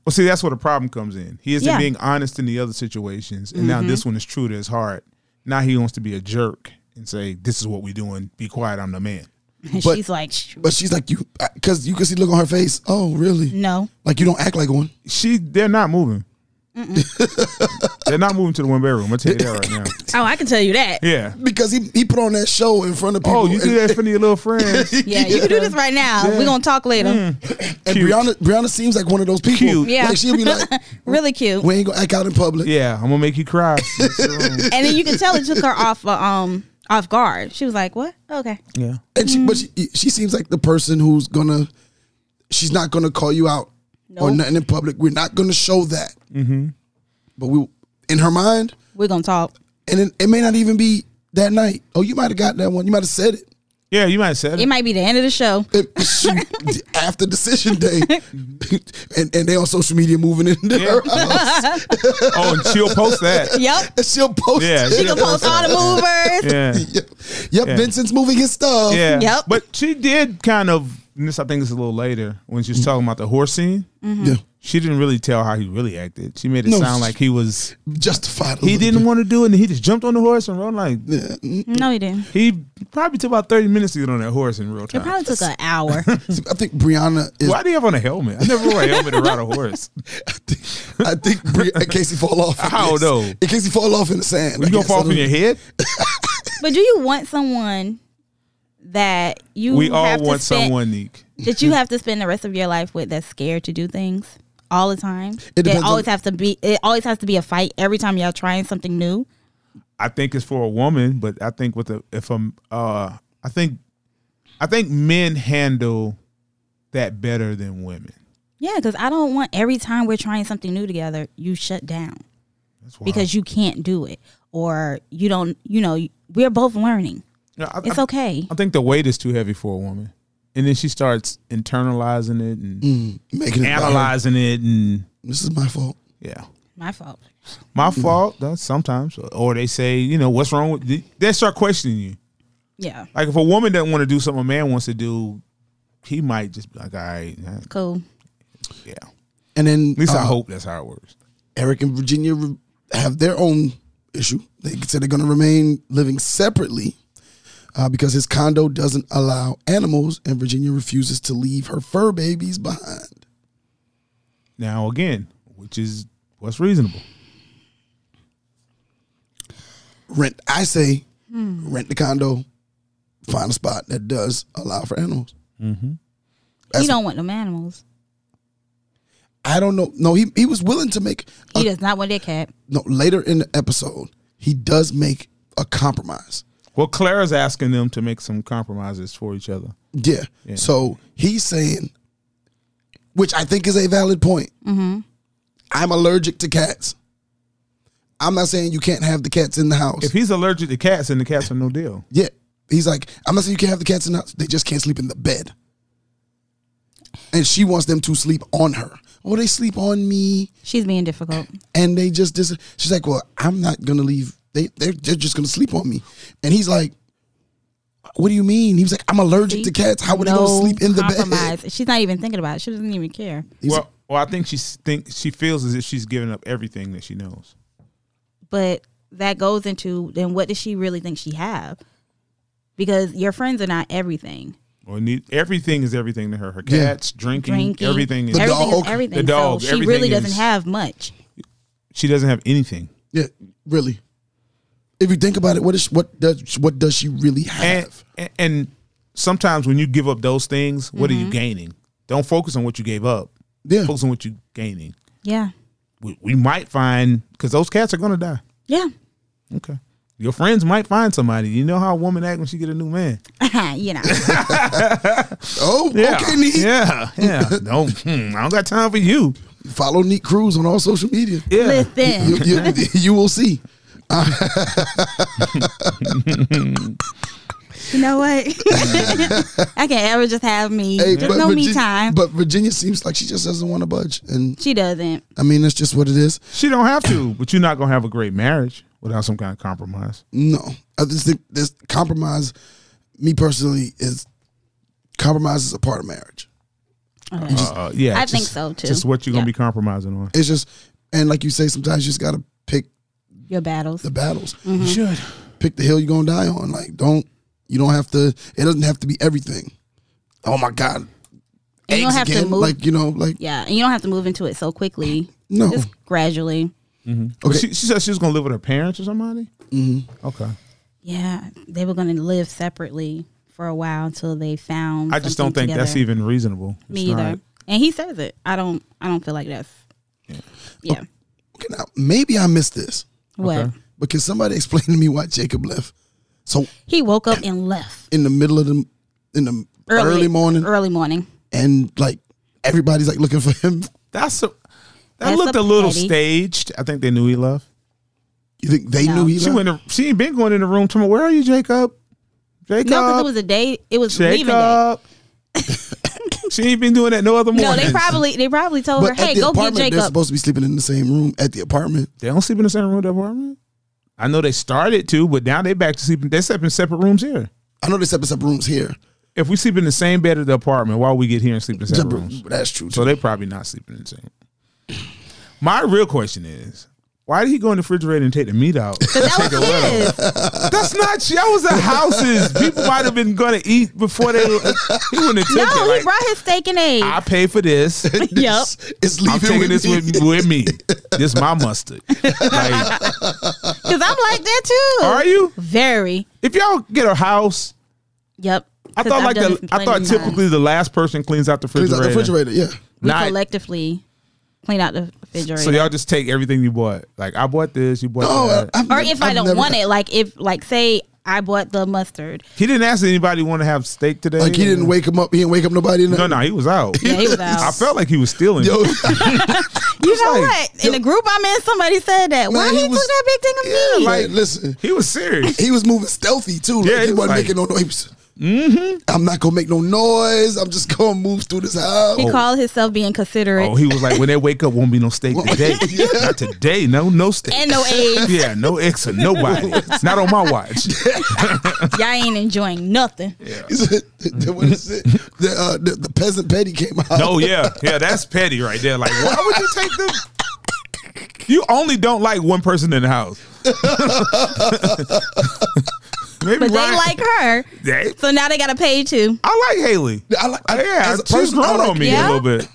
E: well, see, that's where the problem comes in. He isn't
C: Yeah. Mm-hmm.
E: being honest in the other situations, and now this one is true to his heart. Now he wants to be a jerk and say, "This is what we're doing. Be quiet. I'm the man."
C: and
F: but-
C: she's like, "Sh-
F: but she's like you
C: Mm.
F: because you can see the look on her face. Oh, really?
C: no.
F: Like you don't act like one.
E: She, they're not moving. [LAUGHS] They're not moving to the one bedroom. I'll tell you that
C: [LAUGHS]
E: right now.
C: Oh, I can tell you
E: [LAUGHS]
C: that.
E: Yeah.
F: because he, he put on that show in front of people.
E: Oh, you do
F: and,
E: that in front of your little friends.
C: Yeah, you can do this right now. We're gonna talk later.
F: and
E: Cute.
F: Brianna, Brianna seems like one of those people.
E: Cute.
C: Yeah.
F: Like she'll
C: [LAUGHS]
F: be like,
C: Really cute.
F: we ain't gonna act out in public.
E: Yeah, I'm gonna make you
F: [LAUGHS]
E: cry. That's your own.
C: And then you can tell it took her off uh, um off guard. She was like, "What? Okay."
E: yeah.
F: And she, but she, she seems like the person who's gonna, she's not gonna call you out or
C: Nope.
F: nothing in public. We're not gonna show that. Mm-hmm. But we, in her mind,
C: We're gonna talk.
F: and it, it may not even be that night. Oh, you might have got that one. You might have said it.
E: Yeah, you might have said
C: It
E: it.
C: might be the end of the show.
F: It- shoot,
C: [LAUGHS]
F: after decision day, and and they on social media moving into her [LAUGHS] house.
E: Oh, and she'll
C: [LAUGHS]
E: post that.
C: Yep.
F: And she'll post.
E: Yeah,
F: it.
E: she
C: You can
E: Yeah, [LAUGHS]
C: post all the movers.
E: Yeah.
F: [LAUGHS] Yep, yep
E: Yeah.
F: Vincent's moving his stuff.
E: Yeah.
C: Oh, Yep.
E: But she did kind of and this I think is a little later when she was talking about the horse scene.
F: Mm-hmm.
C: Mm-hmm.
F: Yeah.
E: She didn't really tell how he really acted. She made it
F: No,
E: sound
F: she-
E: like he was
F: Justified. a
E: he
F: little
E: didn't want to do it and he just jumped on the horse and rode like
C: No, he didn't.
E: he probably took about thirty minutes to get on that horse in real
C: It
E: time.
C: probably took an hour.
F: bit. I think Brianna is.
E: Why do you have on a helmet? I never wore a helmet to ride a horse.
F: [LAUGHS] I think Bri- in case he
E: [LAUGHS]
F: fall off.
E: I don't know.
F: In case he fall off in the sand.
E: You
F: I
E: gonna
F: guess.
E: fall
F: I don't-
E: from your head?
C: but do you want someone that you
E: We all
C: have to
E: want
C: spend-
E: someone Neek.
C: that you have to spend the rest of your life with that's scared to do things all the time. It
F: depends
C: always
F: on-
C: have to be. It always has to be a fight every time y'all trying something new.
E: I think it's for a woman, but I think with a if I'm uh I think I think men handle that better than women.
C: Yeah, because I don't want every time we're trying something new together, you shut down
E: That's why
C: because you can't do it or you don't. You know, we're both learning.
E: Yeah, I,
C: It's
E: I-
C: okay.
E: I think the weight is too heavy for a woman, and then she starts internalizing it and
F: Making Mm. it analyze.
E: analyzing it, and
F: This is my fault.
E: yeah,
C: My fault.
E: my
F: Mm.
E: fault. though, Sometimes, or they say, you know, what's wrong with? th- They start questioning you.
C: Yeah.
E: Like if a woman doesn't want to do something a man wants to do, he might just be like, all right, nah,
C: Cool.
E: yeah.
F: And then
E: At least I
F: uh,
E: hope that's how it works.
F: Eric and Virginia re- have their own issue. They said they're going to remain living separately uh, because his condo doesn't allow animals, and Virginia refuses to leave her fur babies behind.
E: Now again, which is what's reasonable.
F: Rent, I say, rent the condo, find a spot that does allow for animals. That's-
C: you don't want them animals.
F: I don't know. No, he he was willing to make a
C: He does not want that cat.
F: no later in the episode he does make a compromise
E: Well, Clara's asking them to make some compromises for each other.
F: yeah, so he's saying which i think is a valid point i'm allergic to cats i'm not saying you can't have the cats in the house
E: If he's allergic to cats, then the cats are no deal.
F: yeah he's like i'm not saying you can't have the cats in the house they just can't sleep in the bed and she wants them to sleep on her or they sleep on me
C: She's being difficult.
F: and they just dis- she's like well i'm not gonna leave they they're, they're just gonna sleep on me and he's like what do you mean he was like i'm allergic to cats how would they go
C: No
F: sleep in the bed
C: compromise. She's not even thinking about it. She doesn't even care.
F: He's-
E: well, well, I think she think she feels as if she's giving up everything that she knows.
C: but that goes into then what does she really think she have because your friends are not everything
E: Or need, everything is everything to her. Her
F: Yeah.
E: cats, drinking,
C: drinking
E: everything. Is,
F: The
C: everything
F: dog.
C: is everything
E: The dog,
C: so she
E: everything
C: really doesn't
E: is-
C: have much
E: she doesn't have anything.
F: [LAUGHS] yeah really if you think about it what is what does what does she really have
E: And, and and sometimes when you give up those things, what are you gaining? Don't focus on what you gave up.
F: yeah
E: Focus on what you're gaining.
C: yeah
E: We, we might find because those cats are gonna die.
C: yeah [LAUGHS]
E: Okay. Your friends might find somebody. You know how a woman act when she get a new man.
C: you know
F: oh
E: Yeah.
F: okay Neek.
E: Yeah. Yeah. no, hmm, I don't got time for you.
F: follow Neek Cruz on all social media
E: Yeah.
F: [LAUGHS] you,
C: listen
F: you, you will see
C: you know
F: [LAUGHS]
C: what i can't ever just have me
F: Hey,
C: just no me
F: Virgi-
C: time
F: but Virginia seems like she just doesn't want to budge and
C: she doesn't
F: I mean that's just what it is
E: She don't have to, but you're not gonna have a great marriage without some kind of compromise.
F: No, I just think this compromise. Me personally is compromise is a part of marriage.
E: Uh, yeah,
C: I think so, too.
E: Just what you're gonna
C: Yeah.
E: be compromising on.
F: It's just and like you say, sometimes you just gotta pick
C: your battles
F: the battles,
C: Mm. Mm-hmm.
E: You should.
F: pick the hill you're gonna die on. Like don't you don't have to. It doesn't have to be everything. Oh my God,
C: And you don't
F: eggs
C: have
F: again.
C: to move.
F: Like you know, like
C: yeah, and you don't have to move into it so quickly.
F: No.
C: just gradually.
E: But
F: Okay.
E: She, she said she was gonna live with her parents or somebody. Mm-hmm. Okay.
C: Yeah, they were going to live separately for a while until they found.
E: I just don't
C: something
E: think that's
C: together.
E: even reasonable.
C: me
E: It's
C: either.
E: not.
C: And he says it. I don't. I don't feel like that's. Yeah.
F: okay, now, maybe I missed this,
C: What?
F: but can somebody [LAUGHS] explain to me why Jacob left? So
C: He woke up and left
F: in the middle of the in the early, morning,
C: Early morning.
F: and like everybody's like looking for him.
E: That's a, that
C: That's
E: looked
C: a
E: a little
C: petty.
E: staged. I think they knew he left.
F: You think they
C: No.
F: knew he
E: She
F: left?
E: went. To, she ain't been going in the room. Tomorrow, where are you, Jacob? Jacob.
C: No, because it was a day. It was leaving day. [LAUGHS]
E: Jacob. she ain't been doing that no other
C: No,
E: morning.
C: they probably they probably told her,
F: But
C: "Hey,
F: at the
C: go get
F: apartment, they're
C: Jacob."
F: supposed to be sleeping in the same room at the apartment.
E: They don't sleep in the same room at the apartment. I know they started to, but now they back to sleeping. They sleep in separate rooms here.
F: I know they set up rooms here.
E: If we sleep in the same bed at the apartment, why we get here and sleep in separate
F: Separate-
E: rooms?
F: That's true.
E: So
F: So
E: they probably not sleeping in the same. My real question is, why did he go in the refrigerator and take the meat
C: [LAUGHS]
E: out?
C: that was
E: [LAUGHS]
C: his.
E: That's not y'all's the houses. People might have been gonna eat before they. He wouldn't have took it.
C: No, he
E: Like,
C: brought his steak and eggs.
E: I pay
C: [LAUGHS]
E: for this.
C: yep.
F: it's
E: I'm
F: leaving
E: taking
F: with
E: this
F: me.
E: with, with
F: [LAUGHS]
E: me. This my mustard. Like,
C: Because I'm like that too.
E: are you?
C: Very.
E: If y'all get a house,
C: Yep.
E: I
C: 'Cause
E: thought
C: I've
E: like
C: done
E: the,
C: this
E: I thought
C: plenty of times.
E: typically the last person cleans out the
F: Cleans
E: refrigerator.
F: out the refrigerator. Yeah.
C: we
E: Not-
C: collectively clean out the refrigerator.
E: so y'all just take everything you bought. Like I bought this, you bought
F: Oh,
E: that.
F: I've
C: or
F: never-
C: if I
F: I've
C: don't
F: never
C: want
F: had-
C: it, like if like say I bought the mustard.
E: he didn't ask anybody want to have steak today.
F: Like he didn't wake him up. He didn't wake up nobody. In
E: No, no, he was out.
C: Yeah, he was out.
E: I felt like he was stealing. [LAUGHS]
F: Yo,
C: you know
E: like-
C: what? In the group I'm in, somebody said that. Why
F: Man,
C: he,
F: he
C: took
F: was-
C: that big thing of
F: yeah,
C: meat?
F: like listen,
E: He was
C: [LAUGHS]
E: serious.
F: he was moving stealthy too. Like,
E: Yeah,
F: he
E: he was
F: wasn't
E: like- Mm-hmm.
F: making no noise. I'm not gonna make no noise. I'm just gonna move through this house.
C: he called himself being considerate
E: Oh, he was like, when they wake up, won't be no steak
F: [LAUGHS]
E: today. Not today. No, no steak.
C: [LAUGHS] and
E: [LAUGHS]
C: no eggs.
E: yeah, no ex or
F: [LAUGHS]
E: nobody. Not on my watch.
C: Y'all ain't enjoying nothing.
F: [LAUGHS] He said, what is it? The, uh, the, the peasant petty came
E: [LAUGHS]
F: out.
E: No, yeah, yeah, that's petty right there. Like, why would you take the? You only don't like one person in the house. [LAUGHS] Maybe
C: But
E: Ryan-
C: they like her.
E: They-
C: So now they gotta pay too.
E: I like Haley.
F: I like, I,
E: Yeah,
F: as a
E: she's
F: person, I
E: grown
F: like-
E: on me
C: Yeah?
E: a little bit.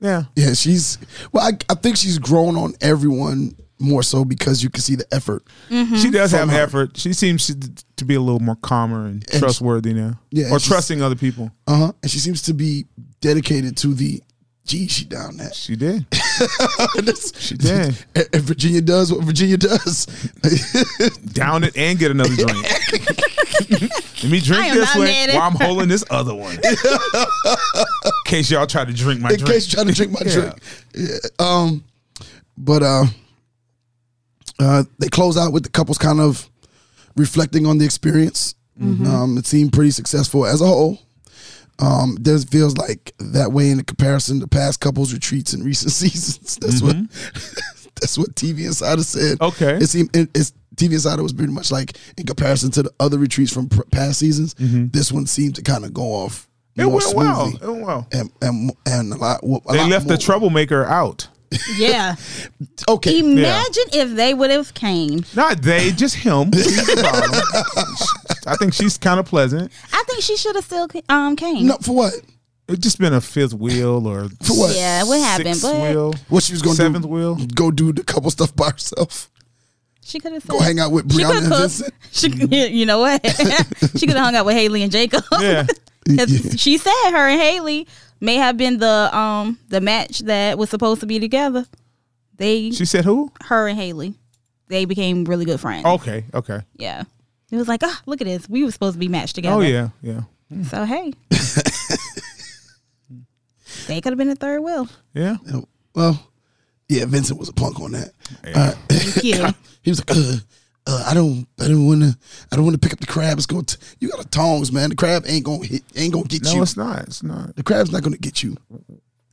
E: Yeah,
F: Yeah, she's well. I, I think she's grown on everyone more so because you can see the effort.
C: Mm-hmm.
E: she does have
F: her.
E: effort. She seems to- to be a little more calmer and,
F: she-
E: trustworthy now,
F: Yeah,
E: or
F: and she's-
E: trusting other people.
F: Uh huh. And she seems to be dedicated to the. Gee, she down that.
E: She did.
F: [LAUGHS] she
E: did.
F: And, [LAUGHS] and Virginia does what Virginia does. [LAUGHS]
E: down it and get another drink. Let me
C: I
E: drink
C: am
E: this
C: not
E: one
C: mad at-
E: while I'm holding this other one. In case y'all try to drink my
F: in
E: drink.
F: case you trying to drink my
E: [LAUGHS] Yeah.
F: drink. Yeah, Um, but uh, uh, they close out with the couples kind of reflecting on the experience.
E: Mm-hmm.
F: Um, it seemed pretty successful as a whole. Um, there feels like that way in the comparison to past couples retreats in recent [LAUGHS] seasons. That's what [LAUGHS] that's what TV Insider said.
E: Mm-hmm. Okay.
F: it seemed it, it's TV Insider was pretty much like in comparison to the other retreats from pr- past seasons. This one seemed to kind of go off.
E: Mm-hmm. it
F: more
E: went well.
F: smoothly
E: It went well.
F: and and and a lot. A
E: They
F: lot
E: left
F: more.
E: the troublemaker out. [LAUGHS]
C: Yeah.
F: Okay,
C: Imagine if they would have came.
E: Not they, just him. He's the problem. I think she's kind of pleasant.
C: I think she should have still um came.
F: no, for what?
E: It's just been a fifth wheel or
F: For what?
C: Yeah, what happened?
E: sixth
C: But
E: wheel,
F: What she was gonna
E: seventh
F: do?
E: wheel.
F: Go do the couple stuff by herself.
C: she could have
F: Go hang out with
C: She
F: Brianna
C: could
F: and Vincent.
C: cook. She, you know what? [LAUGHS] she could have hung out with Haley and Jacob.
E: Yeah.
C: [LAUGHS] 'Cause She said her and Haley may have been the um the match that was supposed to be together. They
E: She said who?
C: her and Haley, they became really good friends.
E: Okay, okay.
C: Yeah. It was like, ah, look at this. We were supposed to be matched together.
E: Oh yeah, yeah.
C: So
F: [LAUGHS]
C: hey. they could have been a third wheel.
E: Yeah.
F: Yeah, Uh, Well, yeah, Vincent was a punk on that. Uh,
E: Yeah.
C: Thank you.
F: [LAUGHS] He was like, uh, uh, I don't, I don't want to, I don't want to pick up the crab. It's going to, you got a tongs, man. The crab ain't gonna hit, ain't gonna get
E: No,
F: you.
E: it's not. It's not.
F: The crab's not gonna get you.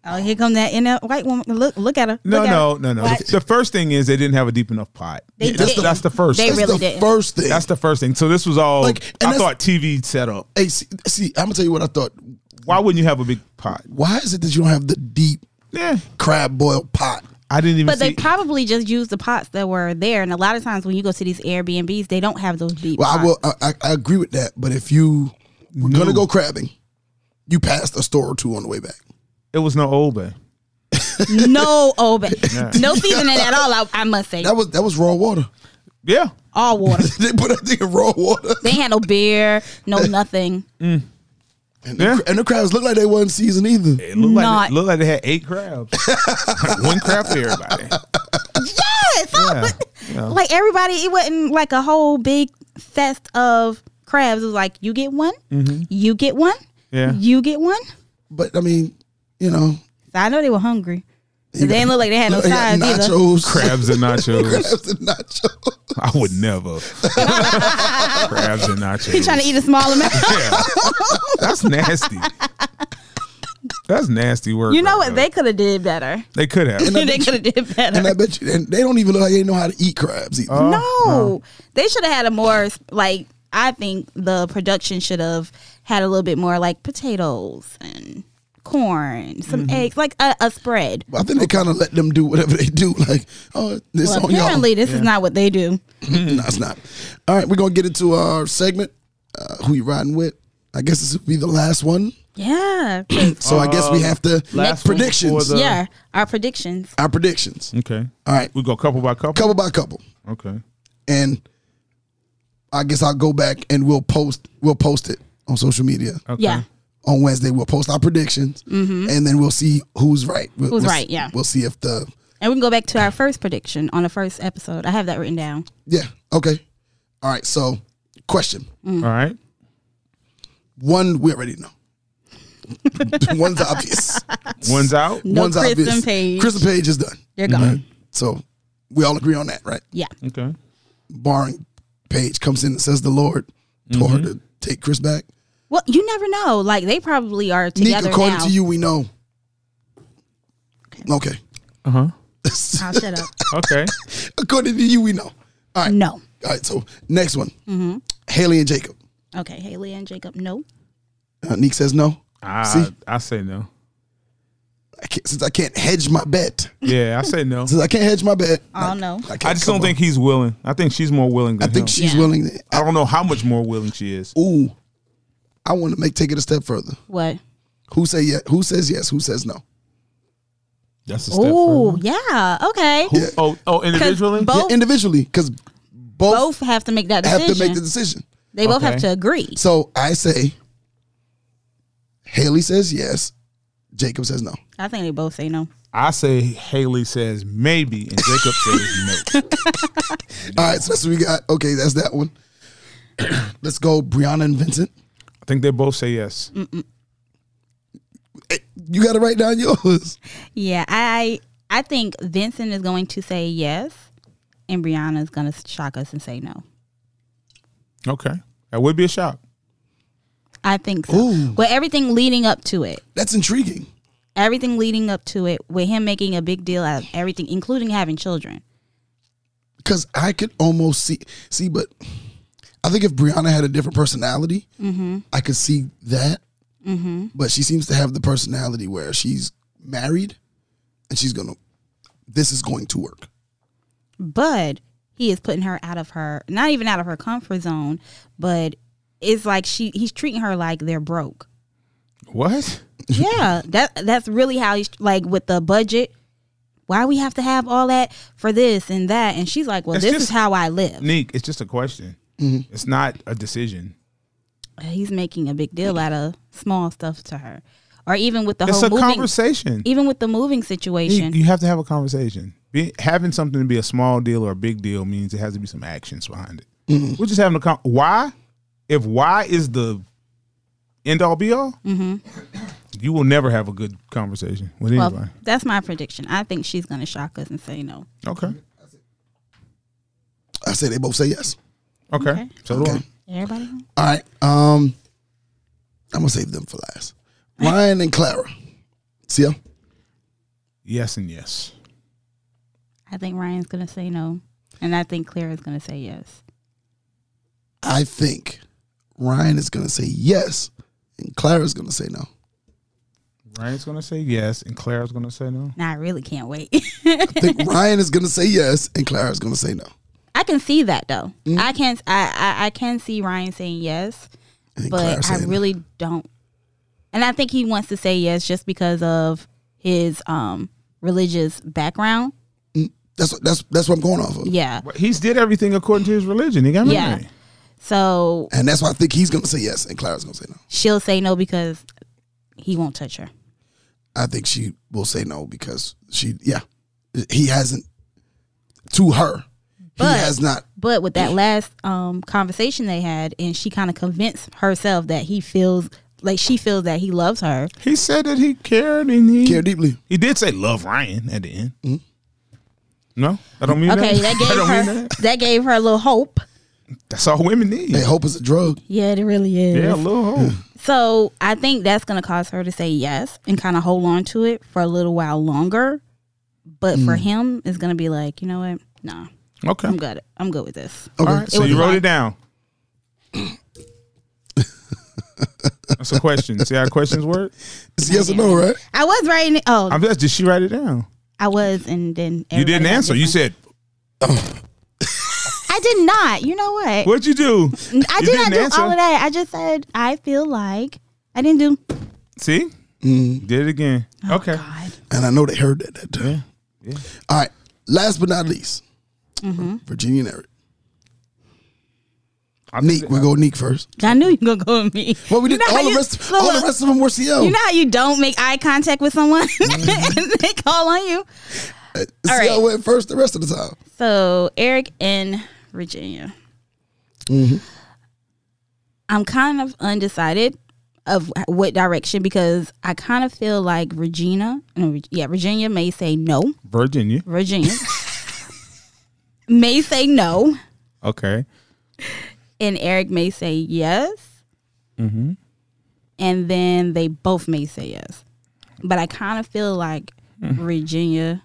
C: Oh, here come that in white woman. Look look at her.
E: No,
C: Look at
E: no,
C: her.
E: no, no.
C: Watch.
E: The, the first thing is they didn't have a deep enough pot.
C: They
E: Yeah, that's,
C: didn't.
E: the, that's the first.
C: They
E: thing.
F: That's
C: really
F: the
C: didn't.
F: first thing.
E: that's the first thing. So this was all.
F: Like,
E: I
F: and that's-
E: thought TV setup.
F: hey, see, see, I'm gonna tell you what I thought.
E: Why wouldn't you have a big pot?
F: Why is it that you don't have the deep
E: Yeah,
F: crab boil pot?
E: I didn't even.
C: But they
E: see-
C: probably just used the pots that were there. And a lot of times when you go to these Airbnbs, they don't have those deep
F: Well, I
C: pots.
F: will. I, I, I agree with that. But if you were gonna go crabbing, you passed a store or two on the way back.
E: It was no old bay.
C: No
E: [LAUGHS]
C: Obey. No seasoning at all, I, I must say.
F: That was that was raw water. [LAUGHS]
E: Yeah.
C: all
E: [LAUGHS]
C: water.
F: they put that thing in raw water,
C: They ain't had no beer, no nothing.
F: and,
E: Yeah.
F: the, and the crabs looked like they wasn't seasoned either.
E: It looked like
C: Not-
E: they, looked like they had eight crabs. [LAUGHS] One crab for everybody.
C: Yes!
E: Yeah. yeah.
C: Like everybody, it wasn't like a whole big fest of crabs. It was like, you get one, you get one,
E: Mm-hmm. Yeah.
C: you get one.
F: But I mean, you know,
C: So I know they were hungry. But they didn't look like they
E: [LAUGHS]
C: had no
F: look, they got
C: sides either.
F: nachos,
E: Crabs and nachos.
F: [LAUGHS] crabs and nachos.
E: I would
C: [LAUGHS]
E: never. crabs and nachos.
C: He trying to eat a small amount.
E: Yeah. That's nasty. That's nasty work.
C: you know
E: right
C: what?
E: there.
C: They could have did
F: [LAUGHS]
C: better.
E: they could have.
C: they could have did better.
F: And I bet you, and they don't even look like they know how to eat crabs either.
E: Oh,
C: no. They should have had a more like I think the production should have had a little bit more like potatoes and corn, some
F: Mm-hmm.
C: eggs, like a, a spread.
F: I think they kind of let them do whatever they do. Like, oh, this
C: Well,
F: on y'all.
C: apparently this is not what they do.
F: [LAUGHS] no, it's not. All right, we're gonna get into our segment. Uh, who you riding with? I guess this will be the last one.
C: Yeah.
F: [COUGHS] So I guess we have to
E: Um, last one
F: predictions.
E: before the-
C: yeah. Our predictions.
F: our predictions.
E: Okay.
F: All right,
E: We go couple by couple.
F: couple by couple,
E: Okay.
F: and I guess I'll go back and we'll post. We'll post it on social media
E: Okay.
C: Yeah.
F: on Wednesday. We'll post our predictions, and then we'll see who's right. We'll,
C: Mm-hmm. Who's
F: we'll-
C: right, yeah.
F: we'll see if the
C: And we can go back to our first prediction on the first episode. I have that written down.
F: yeah okay. All right, so question
E: All right.
F: one we already know. [LAUGHS] One's obvious.
E: One's out.
C: No
F: One's
C: Kristen
F: obvious.
C: Page.
F: Kristen Page is done.
C: They're gone.
F: Mm-hmm. So we all agree on that, right?
C: Yeah.
E: Okay.
F: Barring Page comes in and says the Lord told her
E: Mm-hmm.
F: to take Chris back.
C: Well, you never know. Like they probably are
F: Nick,
C: together
F: according
C: now.
F: to you, we know. Okay. [LAUGHS]
E: Uh huh.
C: I'll shut up.
E: Okay.
F: according to you, we know. [COUGHS] All right.
C: No.
F: All right. So next one. Haley and Jacob.
C: Okay, Haley and Jacob. No.
F: Uh, Nick says no.
E: I
F: See?
E: I say no.
F: I can't, since I can't hedge my bet.
E: Yeah, I say
F: [LAUGHS]
E: no.
F: Since I can't hedge my bet.
C: Oh no.
F: can't-
E: I just
F: come
E: don't
F: on.
E: think he's willing. I think she's more willing
F: I
E: than him.
F: think she's
C: Yeah.
F: willing. To,
E: I don't know how much more willing she is.
F: ooh, I want to make take it a step further.
C: What?
F: Who say yes? Who says yes? Who says no?
E: That's a step
C: Oh, yeah. Okay.
E: further. Oh, oh, individually.
C: both-
F: Yeah, individually, because both,
C: both have to make that
F: have
C: decision.
F: to make the decision.
C: they both
E: Okay.
C: have to agree.
F: So I say, Haley says yes, Jacob says no.
C: I think they both say no.
E: I say Haley says maybe, and Jacob says no.
F: All right, so that's what we got. Okay, that's that one. [CLEARS THROAT] Let's go, Brianna and Vincent.
E: I think they both say yes.
F: Mm. You got to write down yours.
C: Yeah, I I think Vincent is going to say yes, and Brianna is going to shock us and say no.
E: Okay, that would be a shock.
C: I think so. Well, everything leading up to it,
F: That's intriguing.
C: everything leading up to it, with him making a big deal out of everything, including having children.
F: because I could almost see see, but I think if Brianna had a different personality, I could see that. But she seems to have the personality where she's married, and she's gonna. This is going to work.
C: but he is putting her out of her not even out of her comfort zone but it's like she he's treating her like they're broke
E: What?
C: yeah that that's really how he's like with the budget why we have to have all that for this and that and she's like well
E: It's
C: this
E: just-
C: is how i live
E: Neek, it's just a question.
F: Mm-hmm.
E: It's not a decision.
C: he's making a big deal out of small stuff to her or even with the
E: It's
C: whole
E: a
C: moving
E: conversation.
C: even with the moving
E: You,
C: situation
E: you have to have a conversation. Be, having something to be a small deal or a big deal means it has to be some actions behind it. We're just having a con- why. If why is the end all be all, you will never have a good conversation with
C: Mm-hmm. well
E: anybody.
C: that's my prediction i think she's going to shock us and say no
E: Okay.
F: I say they both say yes.
E: Okay.
C: Okay.
E: So do I.
F: Okay.
C: everybody
F: All right. Um, I'm gonna save them for last. Ryan and Clara. See ya.
E: yes and yes.
C: I think Ryan's gonna say no, and I think Clara's gonna say yes.
F: I think Ryan is gonna say yes, and Clara's gonna say no.
E: Ryan's gonna say yes, and Claire's gonna say no.
C: Now I really can't wait. [LAUGHS]
F: I think Ryan is gonna say yes, and Clara's gonna say no.
C: I can see that though.
E: Mm.
C: I can I, I I can see Ryan saying yes,
F: And
C: but
F: Clara
C: I
F: saying no.
C: really don't and I think he wants to say yes just because of his um religious background.
F: That's that's that's what I'm going off of,
C: Yeah.
E: But he's did everything according to his religion. He got me
C: Yeah.
E: right.
C: So
F: and that's why I think he's gonna say yes, and Clara's gonna say no.
C: she'll say no because he won't touch her.
F: I think she will say no because she, yeah, he hasn't to her.
C: But-
F: he has not.
C: But with that last um, conversation they had, and she kind of convinced herself that he feels like she feels that he loves her.
E: He said that he cared and he
F: Care deeply.
E: he did say love Ryan at the end. No, I don't mean
C: Okay,
E: that.
C: that
E: [LAUGHS] I
C: gave
E: don't mean
C: her
E: that.
C: that gave her a little hope.
E: That's all women need.
F: Hey, hope is a drug.
C: Yeah, it really is.
E: Yeah, a little hope.
C: So I think that's going to cause her to say yes and kind of hold on to it for a little while longer. But for
E: Mm.
C: him, it's going to be like, you know what? Nah,
E: Okay.
C: I'm good. I'm good with this.
E: All right. So
C: was
E: you wrote
C: hot.
E: it down. That's a question. See how
C: [LAUGHS]
E: questions work?
F: It's yes or no, right?
C: I was writing. it- Oh,
E: I'm just, did she write it down?
C: I was, and then
E: You didn't
C: everybody had
E: answer. You
C: different-
E: said,
C: I did not. You know what?
E: what'd you do?
C: I
E: you
C: did not
E: didn't
C: do
E: answer.
C: all of that. I just said I feel like I didn't do.
E: See? Did it again. okay.
C: Oh, God.
F: And I know they heard that that time. All right. Last but not least,
C: Mm-hmm.
F: Virginia and Eric.
E: I think
F: Neek, we go Neek first.
C: I knew you were gonna go with me.
F: Well, we
C: You
F: did
C: know how
F: all the
C: you-
F: rest.
C: look,
F: all
C: look,
F: the rest of them were CL.
C: You know how you don't make eye contact with someone [LAUGHS] and they call on you. all
F: CL
C: right.
F: went first the rest of the time.
C: So Eric in Virginia. I'm kind of undecided of what direction because I kind of feel like Regina, no, Reg- yeah, Virginia may say no.
E: Virginia.
C: Virginia may say no,
E: Okay.
C: and Eric may say yes. And then they both may say yes. But I kind of feel like Virginia,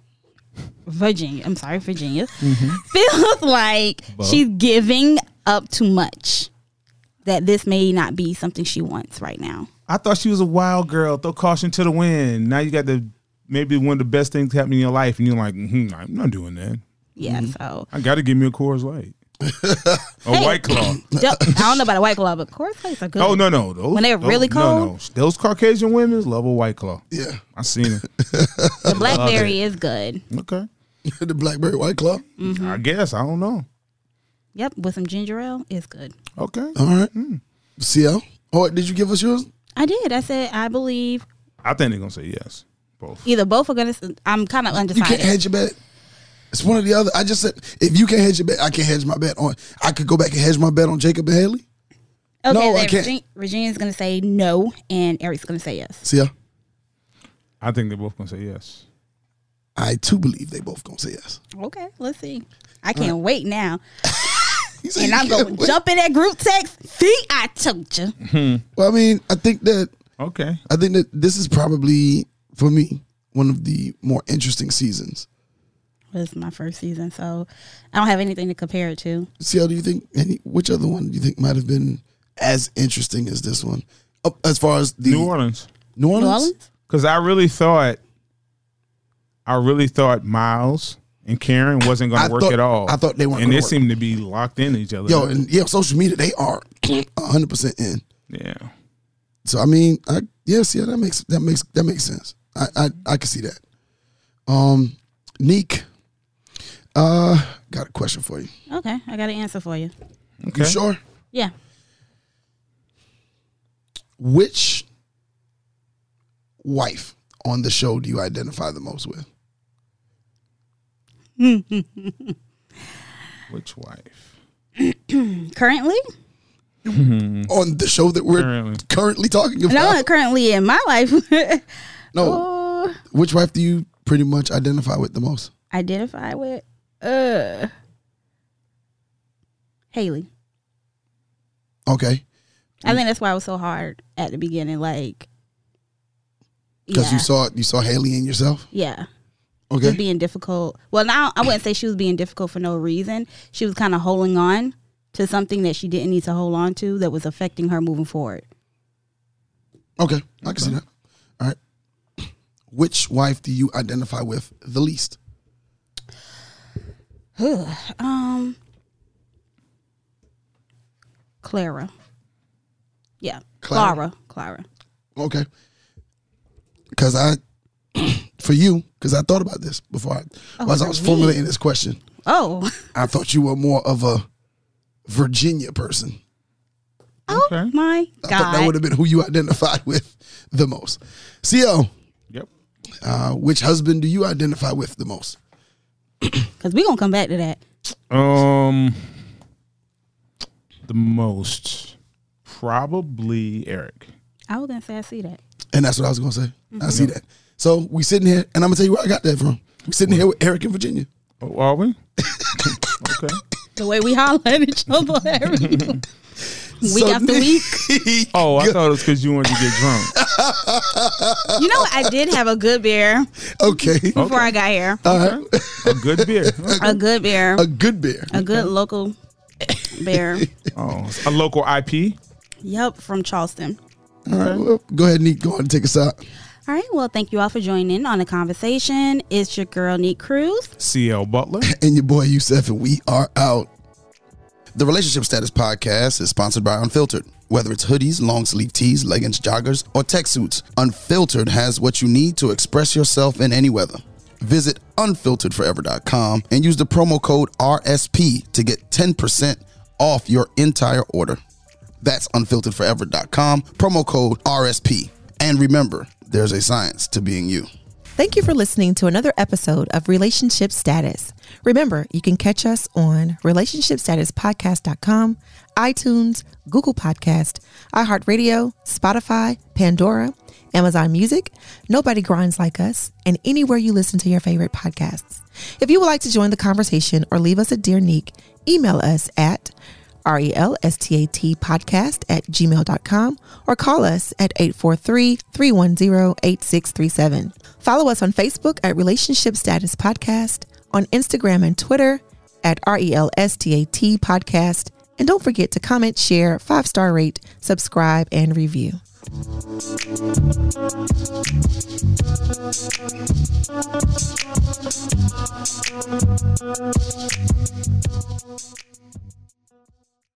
C: Virginia, I'm sorry, Virginia, [LAUGHS] feels like she's giving up too much. That this may not be something she wants right now.
E: I thought she was a wild girl. Throw caution to the wind. Now you got the maybe one of the best things happening in your life, and you're like, hmm, I'm not doing that.
C: Yeah, so
E: I got to give me a Coors Light,
C: [LAUGHS]
E: a White Claw.
C: Don't- I don't know about a white claw, but course plates are good.
E: Oh no, no, those,
C: When they're
E: those-
C: really
E: No, no, those Caucasian women love a White Claw.
F: Yeah. [LAUGHS]
E: I seen it.
C: [LAUGHS] the blackberry is good.
E: Okay,
F: the Blackberry White Club.
C: Mm-hmm.
E: I guess I don't know.
C: Yep, with some ginger ale is good.
E: Okay,
F: All right. CL. Oh, did you give us yours?
C: I did. I said I believe
E: I think they're gonna say yes. Both.
C: either both are gonna. s- I'm kind of
F: You can't
C: undecided.
F: hedge your bet. It's one or the other. I just said if you can't hedge your bet, I can't hedge my bet on. I could go back and hedge my bet on Jacob and Haley.
C: Okay,
F: No,
C: then
F: I can't.
C: Regin- Regina's gonna say no, and Eric's gonna say yes.
F: See ya.
E: I think they're both gonna say yes.
F: I too believe they both gonna say yes.
C: Okay, let's see. I can't wait
F: [LAUGHS]
C: now,
F: He said
C: and
F: he
C: I'm
F: can't
C: gonna
F: wait.
C: jump in that group text. See, I told you.
F: Well, I mean, I think that
E: Okay.
F: I think that this is probably for me one of the more interesting seasons.
C: This is my first season, so I don't have anything to compare it to.
F: CL, do you think any which other one do you think might have been as interesting as this one? Up as far as the
E: New Orleans,
F: New Orleans?
C: New Orleans.
E: because I really thought, I really thought Miles and Karen wasn't gonna
F: I
E: work
F: thought-
E: at all.
F: I thought they weren't
E: and they
F: gonna work.
E: seemed to be locked in each other.
F: Yo, and yeah, social media they are hundred percent in.
E: yeah.
F: So I mean, I yes, yeah, that makes that makes that makes sense. I I, I can see that. Um, Neek, uh, got a question for you.
C: Okay, I got an answer for you.
E: Okay.
F: You sure?
C: Yeah,
F: Which wife on the show do you identify the most with?
E: Which wife?
C: currently,
F: On the show that we're
E: Currently.
F: currently, talking
C: no,
F: about?
C: currently in my life, [LAUGHS]
F: No,
C: uh,
F: which wife do you pretty much identify with the most?
C: identify with uh Haley.
F: Okay, Mm.
C: I think that's why I was so hard at the beginning. Like,
F: because
C: yeah,
F: you saw you saw Haley in yourself.
C: yeah, just
F: Okay,
C: being difficult. Well, now I wouldn't say she was being difficult for no reason. She was kind of holding on to something that she didn't need to hold on to that was affecting her moving forward.
F: okay, I can see that. All right, [CLEARS THROAT] which wife do you identify with the least?
C: Um, Clara. Yeah,
F: Clara.
C: Clara, Clara.
F: Okay. Because I, [CLEARS THROAT] for you, because I thought about this before I, as I was
C: Oh, for me.
F: formulating this question,
C: Oh, [LAUGHS]
F: I thought you were more of a Virginia person.
C: oh
E: Okay.
C: my
F: I thought that
C: God.
F: would have been who you identified with the most. CO,
E: Yep.
F: uh, which husband do you identify with the most?
C: Because we're going to come back to that.
E: Um, the most probably Eric.
C: I was going to say, I see that.
F: And that's what I was gonna say. I see that. So we sitting here, and I'm gonna tell you where I got that from. We sitting here with Eric in Virginia.
E: Oh, are we? okay.
C: The way we [LAUGHS] holler at each other every [LAUGHS] week
F: So
C: after
F: Nick- [LAUGHS]
C: week.
E: Oh, I thought it was because you wanted to get drunk.
C: You know, I did have a good beer
F: Okay.
C: before I got here.
E: A good
F: [LAUGHS]
E: beer.
C: A good beer.
F: A good beer.
C: A good [LAUGHS] local beer.
E: Oh, a local IP.
C: Yep, from Charleston.
F: All right. Well, go ahead, Neek. Go on and take us out.
C: All right, well, thank you all for joining in on the conversation. It's your girl, Neat Cruz.
E: CL Butler.
F: and your boy Youssef, and we are out. The Relationship Status Podcast is sponsored by Unfiltered. Whether it's hoodies, long sleeve tees, leggings, joggers, or tech suits, Unfiltered has what you need to express yourself in any weather. Visit unfilteredforever.com and use the promo code RSP to get 10% off your entire order. That's unfilteredforever.com, promo code RSP. And remember, there's a science to being you.
D: Thank you for listening to another episode of Relationship Status. Remember, you can catch us on relationshipstatuspodcast.com, iTunes, Google Podcast, iHeartRadio, Spotify, Pandora, Amazon Music, Nobody Grinds Like Us, and anywhere you listen to your favorite podcasts. If you would like to join the conversation or leave us a dear nick, email us at R E L S T A T podcast at gmail.com or call us at 843 310 8637. Follow us on Facebook at Relationship Status Podcast, on Instagram and Twitter at R E L S T A T podcast. And don't forget to comment, share, five star rate, subscribe, and review.